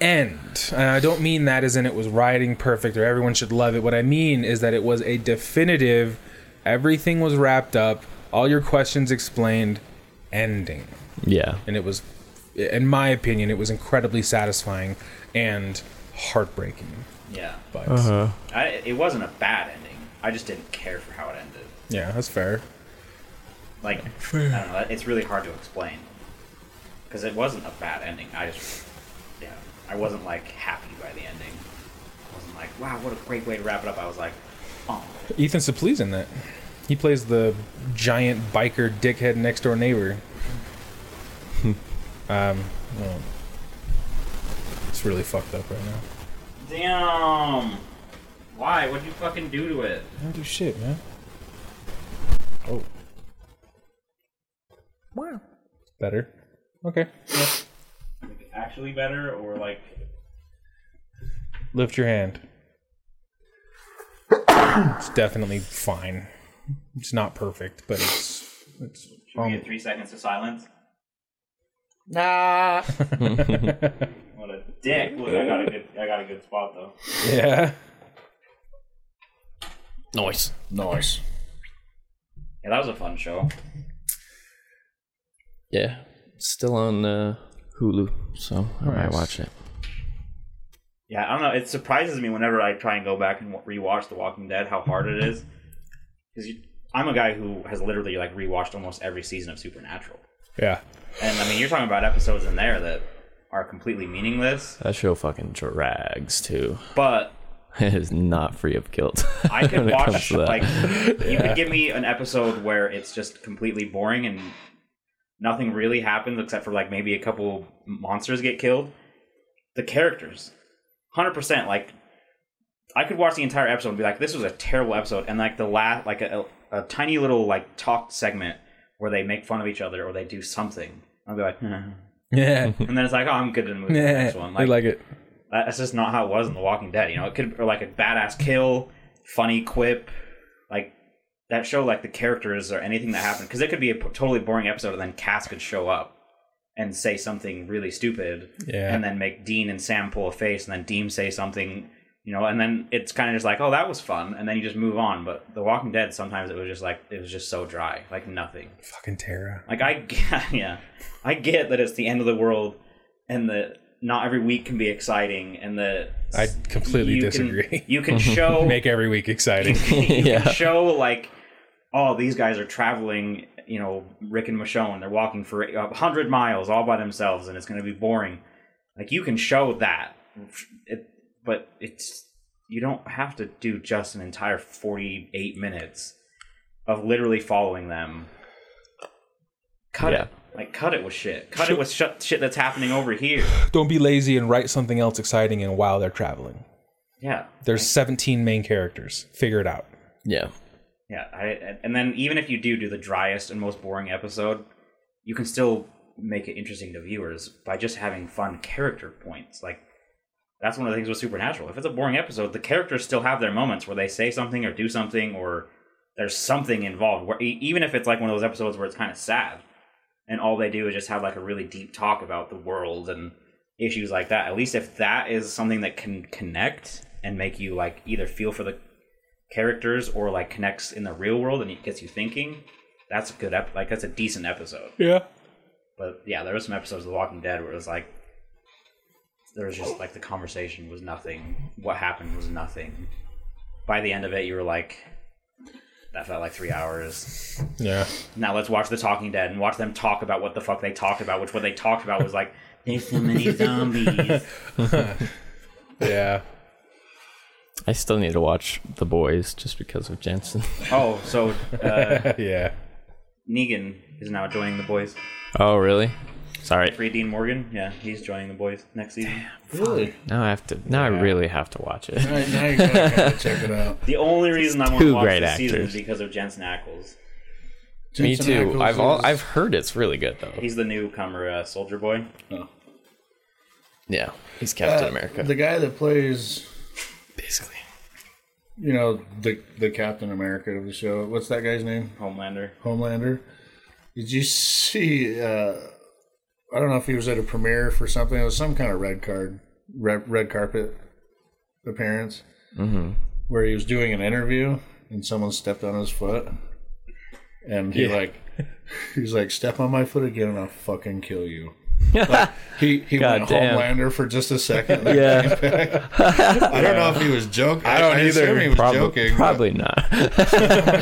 [SPEAKER 1] end, and I don't mean that as in it was writing perfect or everyone should love it. What I mean is that it was a definitive. Everything was wrapped up. All your questions explained. Ending,
[SPEAKER 3] yeah.
[SPEAKER 1] and it was, in my opinion, it was incredibly satisfying and heartbreaking.
[SPEAKER 4] yeah,
[SPEAKER 1] But
[SPEAKER 4] I, it wasn't a bad ending. I just didn't care for how it ended.
[SPEAKER 1] yeah, that's fair.
[SPEAKER 4] like I don't know. It's really hard to explain because it wasn't a bad ending. I just yeah, I wasn't like happy by the ending. I wasn't like wow, what a great way to wrap it up. I was like, oh,
[SPEAKER 1] Ethan Suplee's in that. He plays the giant biker dickhead next door neighbor. um, well, it's really fucked up right now.
[SPEAKER 4] damn. Why? What'd you fucking do to it?
[SPEAKER 1] I don't do shit, man. Oh. Wow. Better. Okay.
[SPEAKER 4] Like, it's actually better or like?
[SPEAKER 1] Lift your hand. it's definitely fine. It's not perfect, but it's it's
[SPEAKER 4] Should we get three seconds of silence?
[SPEAKER 1] nah.
[SPEAKER 4] <laughs> What a dick! Look, I got a good, I got a good spot though.
[SPEAKER 1] yeah.
[SPEAKER 5] Noise.
[SPEAKER 2] Nice.
[SPEAKER 4] Yeah, that was a fun show.
[SPEAKER 5] Yeah. Still on uh, Hulu, so I might
[SPEAKER 1] Nice.
[SPEAKER 5] watch it.
[SPEAKER 4] Yeah, I don't know. It surprises me whenever I try and go back and wa- rewatch The Walking Dead how hard it is. Because I'm a guy who has literally like rewatched almost every season of Supernatural,
[SPEAKER 1] Yeah.
[SPEAKER 4] and I mean you're talking about episodes in there that are completely meaningless,
[SPEAKER 3] That show fucking drags too. <laughs>
[SPEAKER 4] but
[SPEAKER 3] It is not free of guilt. <laughs>
[SPEAKER 4] I
[SPEAKER 3] when
[SPEAKER 4] could
[SPEAKER 3] it comes
[SPEAKER 4] watch
[SPEAKER 3] to that.
[SPEAKER 4] like you could give me an episode where it's just completely boring and nothing really happens except for like maybe a couple monsters get killed. The characters, hundred percent. Like I could watch the entire episode and be like, "This was a terrible episode," and like the last, like a, a, a tiny little like talk segment where they make fun of each other or they do something. I'll be like,
[SPEAKER 1] Yeah.
[SPEAKER 4] and then it's like, oh, I'm good to move to the
[SPEAKER 1] yeah.
[SPEAKER 3] <laughs>
[SPEAKER 4] next one.
[SPEAKER 1] They
[SPEAKER 4] Like,
[SPEAKER 1] like it.
[SPEAKER 4] that's just not how it was in The Walking Dead. You know, it could or like a badass kill, funny quip, like that show like the characters or anything that happened because it could be a p- totally boring episode and then Cass could show up and say something really stupid
[SPEAKER 1] Yeah.
[SPEAKER 4] and then make Dean and Sam pull a face and then Dean say something. You know, and then it's kind of just like, oh, that was fun, and then you just move on. But The Walking Dead, sometimes it was just like it was just so dry, like nothing.
[SPEAKER 1] Fucking Tara.
[SPEAKER 4] Like I get, <laughs> yeah, I get that it's the end of the world, and that not every week can be exciting, and that
[SPEAKER 1] I completely
[SPEAKER 4] you Can,
[SPEAKER 1] disagree. <laughs>
[SPEAKER 4] you can show
[SPEAKER 1] Make every week exciting.
[SPEAKER 4] <laughs> you
[SPEAKER 5] yeah.
[SPEAKER 4] can show like, oh, these guys are traveling. You know, Rick and Michonne, they're walking for a hundred miles all by themselves, and it's going to be boring. Like you can show that, it, but it's you don't have to do just an entire forty-eight minutes of literally following them. Cut
[SPEAKER 3] Yeah.
[SPEAKER 4] it, like cut it with shit. Cut it with shut shit that's happening over here.
[SPEAKER 1] <laughs> Don't be lazy and write something else exciting and while they're traveling.
[SPEAKER 4] Yeah,
[SPEAKER 1] There's 17 main characters. Figure it out.
[SPEAKER 5] Yeah.
[SPEAKER 4] Yeah, I, and- and then even if you do do the driest and most boring episode, you can still make it interesting to viewers by just having fun character points. Like that's one of the things with Supernatural. If it's a boring episode, the characters still have their moments where they say something or do something or there's something involved. Where e- even if it's like one of those episodes where it's kind of sad and all they do is just have like a really deep talk about the world and issues like that. At least if that is something that can connect and make you like either feel for the characters or like connects in the real world and it gets you thinking, that's a good ep- like that's a decent episode.
[SPEAKER 1] Yeah.
[SPEAKER 4] But yeah, there were some episodes of The Walking Dead where it was like there was just like the conversation was nothing. What happened was nothing. By the end of it, you were like, that felt like three hours.
[SPEAKER 1] <laughs> Yeah.
[SPEAKER 4] Now let's watch The Talking Dead and watch them talk about what the fuck they talked about, which what they talked about was like, <laughs> there's so many zombies.
[SPEAKER 1] Yeah.
[SPEAKER 3] I still need to watch The Boys just because of Jensen. <laughs>
[SPEAKER 4] oh, so uh,
[SPEAKER 1] yeah.
[SPEAKER 4] Negan is now joining the boys.
[SPEAKER 3] Oh, really? Sorry.
[SPEAKER 4] Free Dean Morgan, yeah, he's joining the boys next season.
[SPEAKER 2] Really?
[SPEAKER 3] Now I have to. Now I really have to watch it.
[SPEAKER 2] Now, now you gotta kinda check it out.
[SPEAKER 4] The only reason I want
[SPEAKER 3] two
[SPEAKER 4] to watch
[SPEAKER 3] great
[SPEAKER 4] this season is
[SPEAKER 3] actors.
[SPEAKER 4] because of Jensen Ackles.
[SPEAKER 3] <laughs> Me
[SPEAKER 2] Jensen
[SPEAKER 3] too.
[SPEAKER 2] Ackles
[SPEAKER 3] I've all,
[SPEAKER 2] is-
[SPEAKER 3] I've heard it's really good though.
[SPEAKER 4] He's the newcomer uh, Soldier Boy.
[SPEAKER 3] Yeah, he's Captain
[SPEAKER 2] uh,
[SPEAKER 3] America.
[SPEAKER 2] The guy that plays,
[SPEAKER 3] <laughs> Basically,
[SPEAKER 2] you know, the the Captain America of the show. What's that guy's name?
[SPEAKER 4] Homelander.
[SPEAKER 2] Homelander. Did you see? Uh, I don't know if he was at a premiere for something. It was some kind of red card, red, red carpet appearance, mm-hmm. where he was doing an interview and someone stepped on his foot, and he like <laughs> he's like, "Step on my foot again, and I'll fucking kill you." Like, he he went
[SPEAKER 3] Goddamn.
[SPEAKER 2] Homelander for just a second.
[SPEAKER 1] <laughs>
[SPEAKER 2] and
[SPEAKER 3] <laughs> Yeah.
[SPEAKER 2] came back. I don't know if he was joking. I
[SPEAKER 1] don't
[SPEAKER 2] I
[SPEAKER 1] either.
[SPEAKER 2] assume He was
[SPEAKER 3] probably
[SPEAKER 2] joking. but-
[SPEAKER 3] probably not.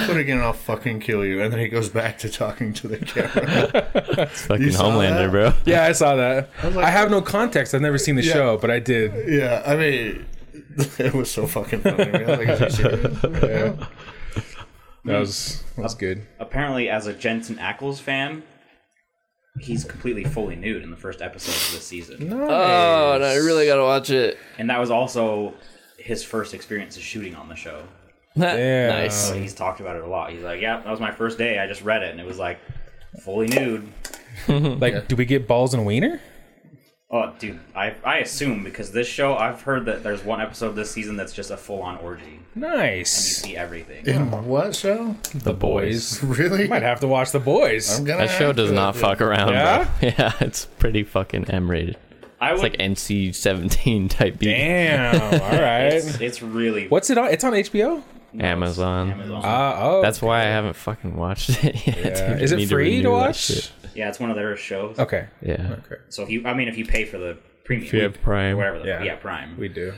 [SPEAKER 2] put again, I'll fucking kill you. And then he goes back to talking to the camera.
[SPEAKER 3] Fucking
[SPEAKER 2] saw that?
[SPEAKER 3] Homelander, bro.
[SPEAKER 1] Yeah, I saw that. I, have no context. I've never seen the show, but I did.
[SPEAKER 2] yeah, I mean, it was so fucking funny. I was like, "Is he serious?" Yeah.
[SPEAKER 1] That was <laughs> that was good.
[SPEAKER 4] Apparently, as a Jensen Ackles fan, he's completely fully nude in the first episode of this season,
[SPEAKER 5] Oh, and I really gotta watch it. <laughs>
[SPEAKER 4] and that was also his first experience of shooting on the show.
[SPEAKER 5] Nice.
[SPEAKER 4] So he's talked about it a lot. He's like, "Yeah, that was my first day. I just read it, and it was like fully nude."
[SPEAKER 1] Like, do we get balls and wiener?
[SPEAKER 4] Oh, dude, I I assume because this show, I've heard that there's one episode this season that's just a full on orgy. You
[SPEAKER 1] Nice.
[SPEAKER 4] see everything.
[SPEAKER 2] In what show?
[SPEAKER 3] The boys.
[SPEAKER 1] <laughs>
[SPEAKER 2] Really?
[SPEAKER 1] Might have to watch the boys.
[SPEAKER 2] I'm gonna
[SPEAKER 3] That show
[SPEAKER 2] have
[SPEAKER 3] does
[SPEAKER 2] to-
[SPEAKER 3] not fuck around.
[SPEAKER 1] Yeah?
[SPEAKER 3] Yeah, <laughs> yeah, it's pretty fucking M rated.
[SPEAKER 4] I
[SPEAKER 3] It's
[SPEAKER 4] would.
[SPEAKER 3] like NC seventeen type
[SPEAKER 1] <laughs>
[SPEAKER 3] B.
[SPEAKER 1] Damn. All
[SPEAKER 4] it's,
[SPEAKER 1] right.
[SPEAKER 4] it's really
[SPEAKER 1] What's it on? It's on HBO.
[SPEAKER 3] Amazon.
[SPEAKER 4] Amazon.
[SPEAKER 1] Uh, oh,
[SPEAKER 3] That's why I haven't fucking watched it <laughs> yet.
[SPEAKER 1] yeah.
[SPEAKER 3] dude.
[SPEAKER 1] is
[SPEAKER 3] I need
[SPEAKER 1] it free
[SPEAKER 3] renew
[SPEAKER 1] to
[SPEAKER 3] that
[SPEAKER 1] watch?
[SPEAKER 3] shit.
[SPEAKER 4] Yeah, it's one of their shows.
[SPEAKER 1] Okay.
[SPEAKER 3] Yeah.
[SPEAKER 4] So if you, I mean, if you pay for the premium,
[SPEAKER 3] If you have Prime.
[SPEAKER 4] whatever, the,
[SPEAKER 1] Yeah.
[SPEAKER 4] yeah. Prime.
[SPEAKER 1] We do.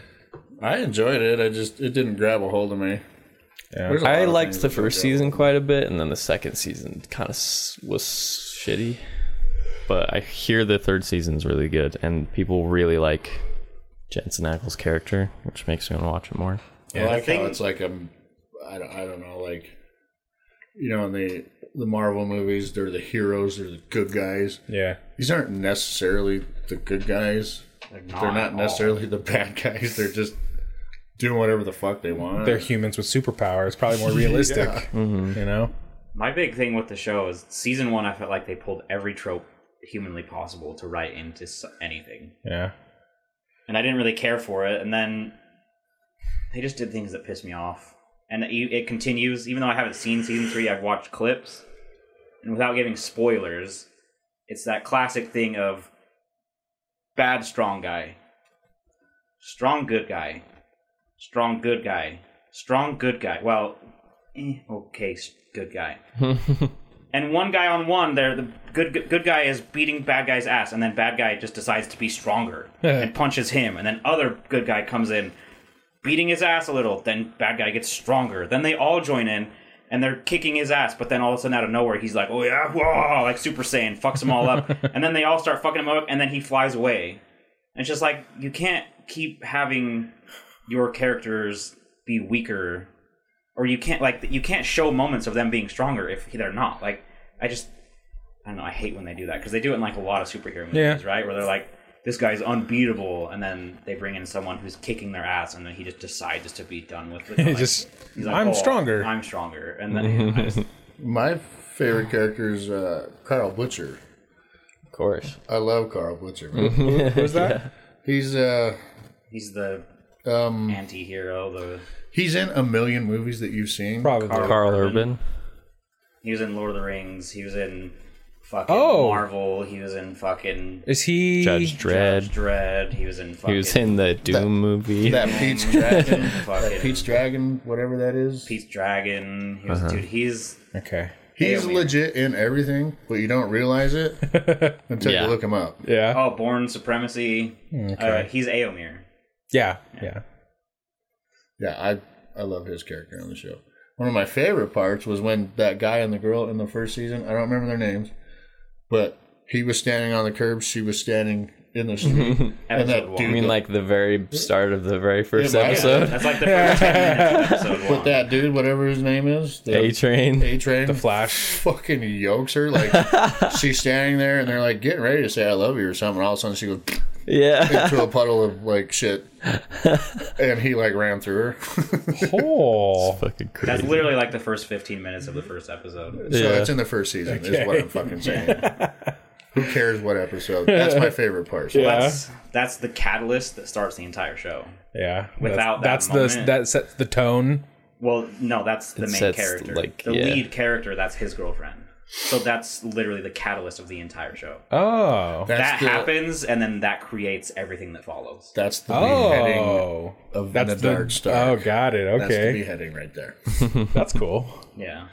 [SPEAKER 2] I enjoyed it. I just it didn't grab a hold of me.
[SPEAKER 1] Yeah.
[SPEAKER 2] There's a lot
[SPEAKER 3] I
[SPEAKER 2] of
[SPEAKER 3] liked
[SPEAKER 2] things
[SPEAKER 3] the
[SPEAKER 2] that don't
[SPEAKER 3] first
[SPEAKER 2] grab-
[SPEAKER 3] season quite a bit, and then the second season kind of s- was shitty. But I hear the third season's really good, and people really like Jensen Ackles' character, which makes me want to watch it more.
[SPEAKER 2] I like
[SPEAKER 4] thing-
[SPEAKER 2] how it's like I'm. I don't. I don't know. Like, you know, in the the Marvel movies, they're the heroes. They're the good guys.
[SPEAKER 1] Yeah.
[SPEAKER 2] These aren't necessarily the good guys.
[SPEAKER 4] They're
[SPEAKER 2] They're
[SPEAKER 4] at
[SPEAKER 2] not
[SPEAKER 4] all.
[SPEAKER 2] necessarily the bad guys. They're just doing whatever the fuck they want.
[SPEAKER 1] They're humans with superpowers. Probably
[SPEAKER 4] <laughs>
[SPEAKER 1] more realistic. You know.
[SPEAKER 3] Mm-hmm.
[SPEAKER 4] My big thing with the show is season one. I felt like they pulled every trope humanly possible to write into s- anything.
[SPEAKER 1] Yeah.
[SPEAKER 4] And I didn't really care for it. And then they just did things that pissed me off. And it it continues, even though I haven't seen season three, I've watched clips. And without giving spoilers, it's that classic thing of bad strong guy, strong good guy, strong good guy, strong good guy. Well, eh, okay, s- good guy. and one guy on one, there the good, good good guy is beating bad guy's ass, and then bad guy just decides to be stronger and punches him, and then other good guy comes in, beating his ass a little. Then bad guy gets stronger. Then they all join in. And they're kicking his ass, but then all of a sudden, out of nowhere, he's like, "Oh yeah, whoa!" Like Super Saiyan, fucks them all up, and then they all start fucking him up, and then he flies away. And it's just like you can't keep having your characters be weaker or you can't like you can't show moments of them being stronger if they're not like i just i don't know i hate when they do that because they do it in like a lot of superhero movies
[SPEAKER 1] Yeah.
[SPEAKER 4] right where they're like this guy's unbeatable and then they bring in someone who's kicking their ass and then he just decides to be done with
[SPEAKER 1] <laughs>
[SPEAKER 4] it Like,
[SPEAKER 1] just
[SPEAKER 4] he's like,
[SPEAKER 1] I'm
[SPEAKER 4] "Oh,
[SPEAKER 1] stronger. Mm-hmm.
[SPEAKER 4] i'm stronger and then I just,
[SPEAKER 2] My favorite character is uh, Carl Butcher.
[SPEAKER 5] Of course.
[SPEAKER 2] I love Carl Butcher.
[SPEAKER 1] Mm-hmm.
[SPEAKER 2] Man.
[SPEAKER 1] Who's that?
[SPEAKER 2] he's uh,
[SPEAKER 4] he's the
[SPEAKER 2] um,
[SPEAKER 4] anti-hero the
[SPEAKER 2] he's in a million movies that you've seen.
[SPEAKER 1] Probably.
[SPEAKER 3] Carl Urban.
[SPEAKER 4] he was in lord of the rings he was in fucking
[SPEAKER 1] Oh.
[SPEAKER 4] marvel he was in fucking
[SPEAKER 1] Is he
[SPEAKER 3] Judge
[SPEAKER 4] Judge
[SPEAKER 3] Dredd.
[SPEAKER 4] Dredd. He was in fucking
[SPEAKER 3] He was in the Doom
[SPEAKER 1] <laughs>
[SPEAKER 3] movie.
[SPEAKER 2] That Pete's <laughs> Dragon.
[SPEAKER 4] fucking
[SPEAKER 2] Pete's Dragon, whatever that is.
[SPEAKER 4] Pete's Dragon. He was, Dude, he's
[SPEAKER 1] Okay.
[SPEAKER 2] He's legit in everything, but you don't
[SPEAKER 1] <laughs>
[SPEAKER 2] realize it until
[SPEAKER 3] Yeah.
[SPEAKER 2] you look him up.
[SPEAKER 1] Yeah.
[SPEAKER 4] oh, Born Supremacy. Uh, he's Aomir.
[SPEAKER 1] Yeah. Yeah.
[SPEAKER 2] Yeah, I I love his character on the show. One of my favorite parts was when that guy and the girl in the first season, I don't remember their names, but he was standing on the curb, she was standing in
[SPEAKER 1] <laughs>
[SPEAKER 2] the street. and
[SPEAKER 4] Episode
[SPEAKER 2] that
[SPEAKER 4] one.
[SPEAKER 2] dude
[SPEAKER 4] You
[SPEAKER 5] I mean, like the very start of the very first
[SPEAKER 2] Yeah, but-
[SPEAKER 5] episode.
[SPEAKER 4] That's like the first ten minutes of episode one.
[SPEAKER 2] but that dude, whatever his name is, the
[SPEAKER 5] A train.
[SPEAKER 2] A train
[SPEAKER 1] The Flash.
[SPEAKER 2] fucking yokes
[SPEAKER 1] <laughs>
[SPEAKER 2] her. Like she's standing there and they're like getting ready to say I love you or something. All of a sudden she goes
[SPEAKER 3] <laughs>
[SPEAKER 5] Yeah.
[SPEAKER 2] into a puddle of
[SPEAKER 1] <laughs>
[SPEAKER 2] like shit. and he like ran through her. <laughs>
[SPEAKER 1] Oh.
[SPEAKER 3] Fucking crazy.
[SPEAKER 4] That's literally like the first fifteen minutes of the first episode.
[SPEAKER 2] So it's in the first season, is what I'm fucking saying. Who cares what episode? That's my favorite part.
[SPEAKER 1] Yeah.
[SPEAKER 4] That's that's the catalyst that starts the entire show.
[SPEAKER 1] Yeah.
[SPEAKER 4] Without
[SPEAKER 1] that's,
[SPEAKER 4] that
[SPEAKER 1] that's the
[SPEAKER 4] moment.
[SPEAKER 1] that sets the tone.
[SPEAKER 4] Well, no, that's the
[SPEAKER 3] It
[SPEAKER 4] main
[SPEAKER 3] sets,
[SPEAKER 4] character.
[SPEAKER 3] like,
[SPEAKER 4] the
[SPEAKER 3] yeah.
[SPEAKER 4] lead character, that's his girlfriend. So that's literally the catalyst of the entire show.
[SPEAKER 1] Oh.
[SPEAKER 4] that
[SPEAKER 2] the,
[SPEAKER 4] happens, and then that creates everything that follows.
[SPEAKER 2] That's the beheading
[SPEAKER 1] Oh.
[SPEAKER 2] of
[SPEAKER 1] That's
[SPEAKER 2] the, Dark Star.
[SPEAKER 1] Oh, got it.
[SPEAKER 2] That's the
[SPEAKER 1] Okay.
[SPEAKER 2] beheading right there.
[SPEAKER 1] That's cool.
[SPEAKER 4] <laughs> Yeah.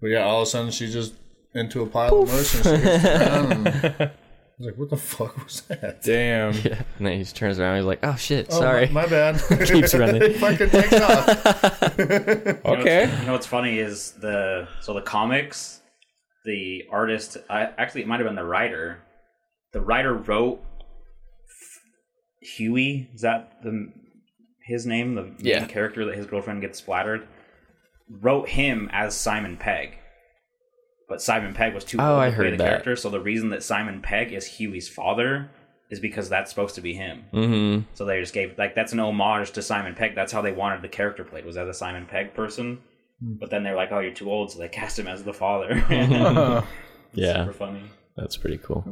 [SPEAKER 2] But yeah, all of a sudden she's just into a pile of mush and
[SPEAKER 1] <laughs>
[SPEAKER 2] she gets down. And I was like, what the fuck was that?
[SPEAKER 1] Damn.
[SPEAKER 5] Yeah. And then he just turns around. He's like, "Oh shit,
[SPEAKER 2] Oh,
[SPEAKER 5] sorry."
[SPEAKER 2] my,
[SPEAKER 5] <laughs>
[SPEAKER 2] my bad.
[SPEAKER 5] Keeps
[SPEAKER 2] <laughs>
[SPEAKER 5] running.
[SPEAKER 2] fucking takes off.
[SPEAKER 1] Okay.
[SPEAKER 4] You know what's funny is the so the comics, the artist. I, actually, it might have been the writer. The writer wrote F- Huey. Is that the his name? The
[SPEAKER 5] Yeah.
[SPEAKER 4] main character that his girlfriend gets splattered. Wrote him as Simon Pegg, but Simon Pegg was too
[SPEAKER 5] Oh,
[SPEAKER 4] old
[SPEAKER 5] I
[SPEAKER 4] to play
[SPEAKER 5] heard
[SPEAKER 4] the
[SPEAKER 5] that.
[SPEAKER 4] character. So the reason that Simon Pegg is Huey's father is because that's supposed to be him.
[SPEAKER 5] hmm
[SPEAKER 3] Mm-hmm.
[SPEAKER 4] So they just gave like that's an homage to Simon Pegg. That's how they wanted the character played was as a Simon Pegg person. But then they're like, "Oh, you're too old," so they cast him as the father. <laughs>
[SPEAKER 3] yeah,
[SPEAKER 4] Super funny.
[SPEAKER 3] that's pretty cool.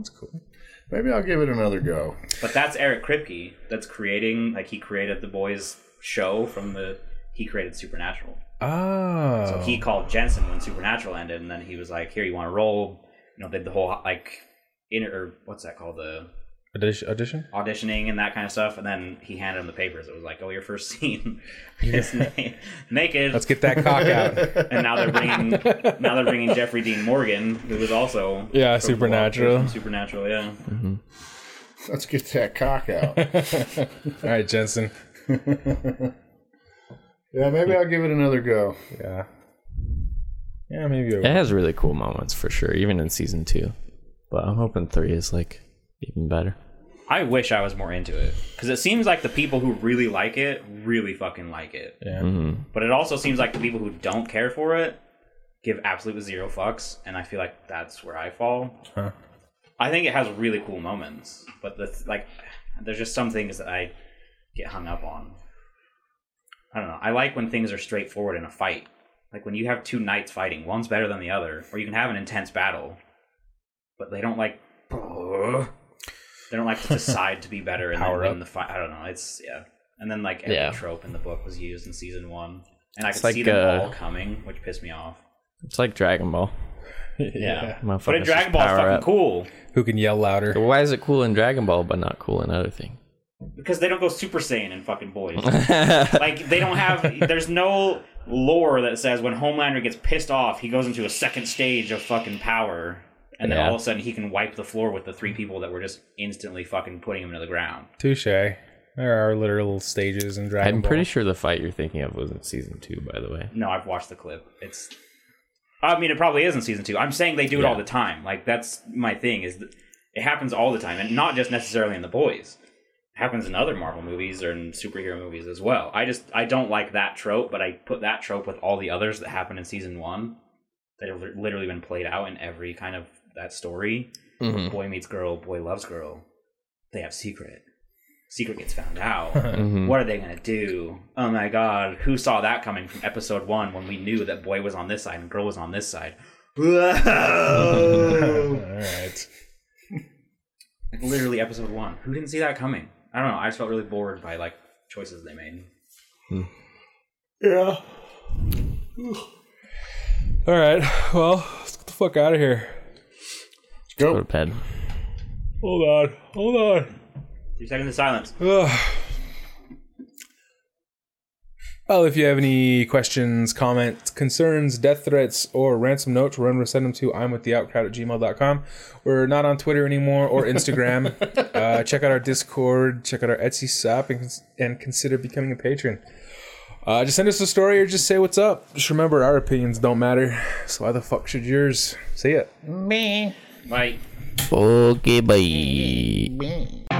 [SPEAKER 2] Maybe I'll give it another go.
[SPEAKER 4] But that's Eric Kripke. That's creating like he created the boys show from the he created Supernatural.
[SPEAKER 1] Oh.
[SPEAKER 4] So he called Jensen when Supernatural ended, and then he was like, "Here, you want to roll?" You know, did the whole like inner or what's that called the
[SPEAKER 1] Audition. audition?
[SPEAKER 4] auditioning and that kind of stuff. And then he handed him the papers. It was like, "Oh, your first <laughs> scene is na- naked."
[SPEAKER 1] Let's get that cock
[SPEAKER 4] <laughs>
[SPEAKER 1] out.
[SPEAKER 4] and now they're bringing now they're bringing Jeffrey Dean Morgan, who was also
[SPEAKER 1] Yeah,
[SPEAKER 4] from-
[SPEAKER 1] Supernatural.
[SPEAKER 4] from Supernatural, yeah.
[SPEAKER 2] Let's get that
[SPEAKER 5] <laughs>
[SPEAKER 2] cock out.
[SPEAKER 1] All right, Jensen.
[SPEAKER 2] yeah, maybe I'll give it another go.
[SPEAKER 1] Yeah. Yeah, maybe. I will.
[SPEAKER 3] It has really cool moments for sure, even in season two. But I'm hoping three is like even better.
[SPEAKER 4] I wish I was more into it because it seems like the people who really like it really fucking like it.
[SPEAKER 1] Yeah.
[SPEAKER 4] But it also seems like the people who don't care for it give absolute zero fucks, and I feel like that's where I fall.
[SPEAKER 1] Huh.
[SPEAKER 4] I think it has really cool moments, but that's like there's just some things that I get hung up on. I don't know. I like when things are straightforward in a fight. Like when you have two knights fighting, one's better than the other, or you can have an intense battle, but they don't like
[SPEAKER 2] Ugh.
[SPEAKER 4] They don't like to decide to be better and
[SPEAKER 1] Power
[SPEAKER 4] then win
[SPEAKER 1] up.
[SPEAKER 4] the fight. I don't know. It's yeah. And then like every
[SPEAKER 5] Yeah.
[SPEAKER 4] trope in the book was used in season one, and I
[SPEAKER 3] It's
[SPEAKER 4] could
[SPEAKER 3] like,
[SPEAKER 4] see them
[SPEAKER 3] uh,
[SPEAKER 4] all coming, which pissed me off.
[SPEAKER 3] It's like Dragon Ball.
[SPEAKER 4] Yeah, but
[SPEAKER 3] Motherfuckers
[SPEAKER 4] in
[SPEAKER 3] just
[SPEAKER 4] Dragon Ball, it's
[SPEAKER 3] power
[SPEAKER 4] fucking
[SPEAKER 3] up.
[SPEAKER 4] cool
[SPEAKER 1] Who can yell louder?
[SPEAKER 3] Why is it cool in Dragon Ball but not cool in other thing?
[SPEAKER 4] because they don't go Super Saiyan in fucking
[SPEAKER 3] <laughs>
[SPEAKER 4] boys. like they don't have. There's no lore that says when Homelander gets pissed off, he goes into a second stage of fucking power, and then
[SPEAKER 3] Yeah.
[SPEAKER 4] all of a sudden he can wipe the floor with the three people that were just instantly fucking putting him to the ground.
[SPEAKER 1] Touche. There are literal stages in Dragon
[SPEAKER 3] I'm
[SPEAKER 1] Ball.
[SPEAKER 3] pretty sure the fight you're thinking of was in season two, by the way.
[SPEAKER 4] No, I've watched the clip. It's. I mean, it probably is in season two. I'm saying they do it all the time. Like that's my thing is that it happens all the time, and not just necessarily in the boys. It happens in other Marvel movies or in superhero movies as well. I just I don't like that trope, but I put that trope with all the others that happened in season one that have li- literally been played out in every kind of that story. Boy meets girl, boy loves girl. They have secret. Secret gets found out.
[SPEAKER 3] Mm. Mm-hmm.
[SPEAKER 4] What are they gonna do? Oh my god, who saw that coming from episode one when we knew that boy was on this side and girl was on this side? Whoa!
[SPEAKER 1] All right.
[SPEAKER 4] Like, literally episode one. Who didn't see that coming? I don't know. I just felt really bored by like choices they made.
[SPEAKER 2] Yeah.
[SPEAKER 1] All right. Well, let's get the fuck out of here.
[SPEAKER 2] Let's
[SPEAKER 3] Go to
[SPEAKER 2] go.
[SPEAKER 3] bed.
[SPEAKER 1] Hold on. Hold on.
[SPEAKER 4] Three seconds
[SPEAKER 1] <sighs>
[SPEAKER 4] of silence.
[SPEAKER 1] Ugh. Well, if you have any questions, comments, concerns, death threats, or ransom notes, run or send them to I'm with the outcrowd at gmail.com. We're not on Twitter anymore or Instagram. uh, check out our Discord, check out our Etsy shop, and, cons- and consider becoming a patron. Uh, just send us a story or just say what's up. Just remember, our opinions don't matter. So why the fuck should yours? See ya.
[SPEAKER 6] Meh.
[SPEAKER 4] Like.
[SPEAKER 5] Okay, bye.
[SPEAKER 6] Meh.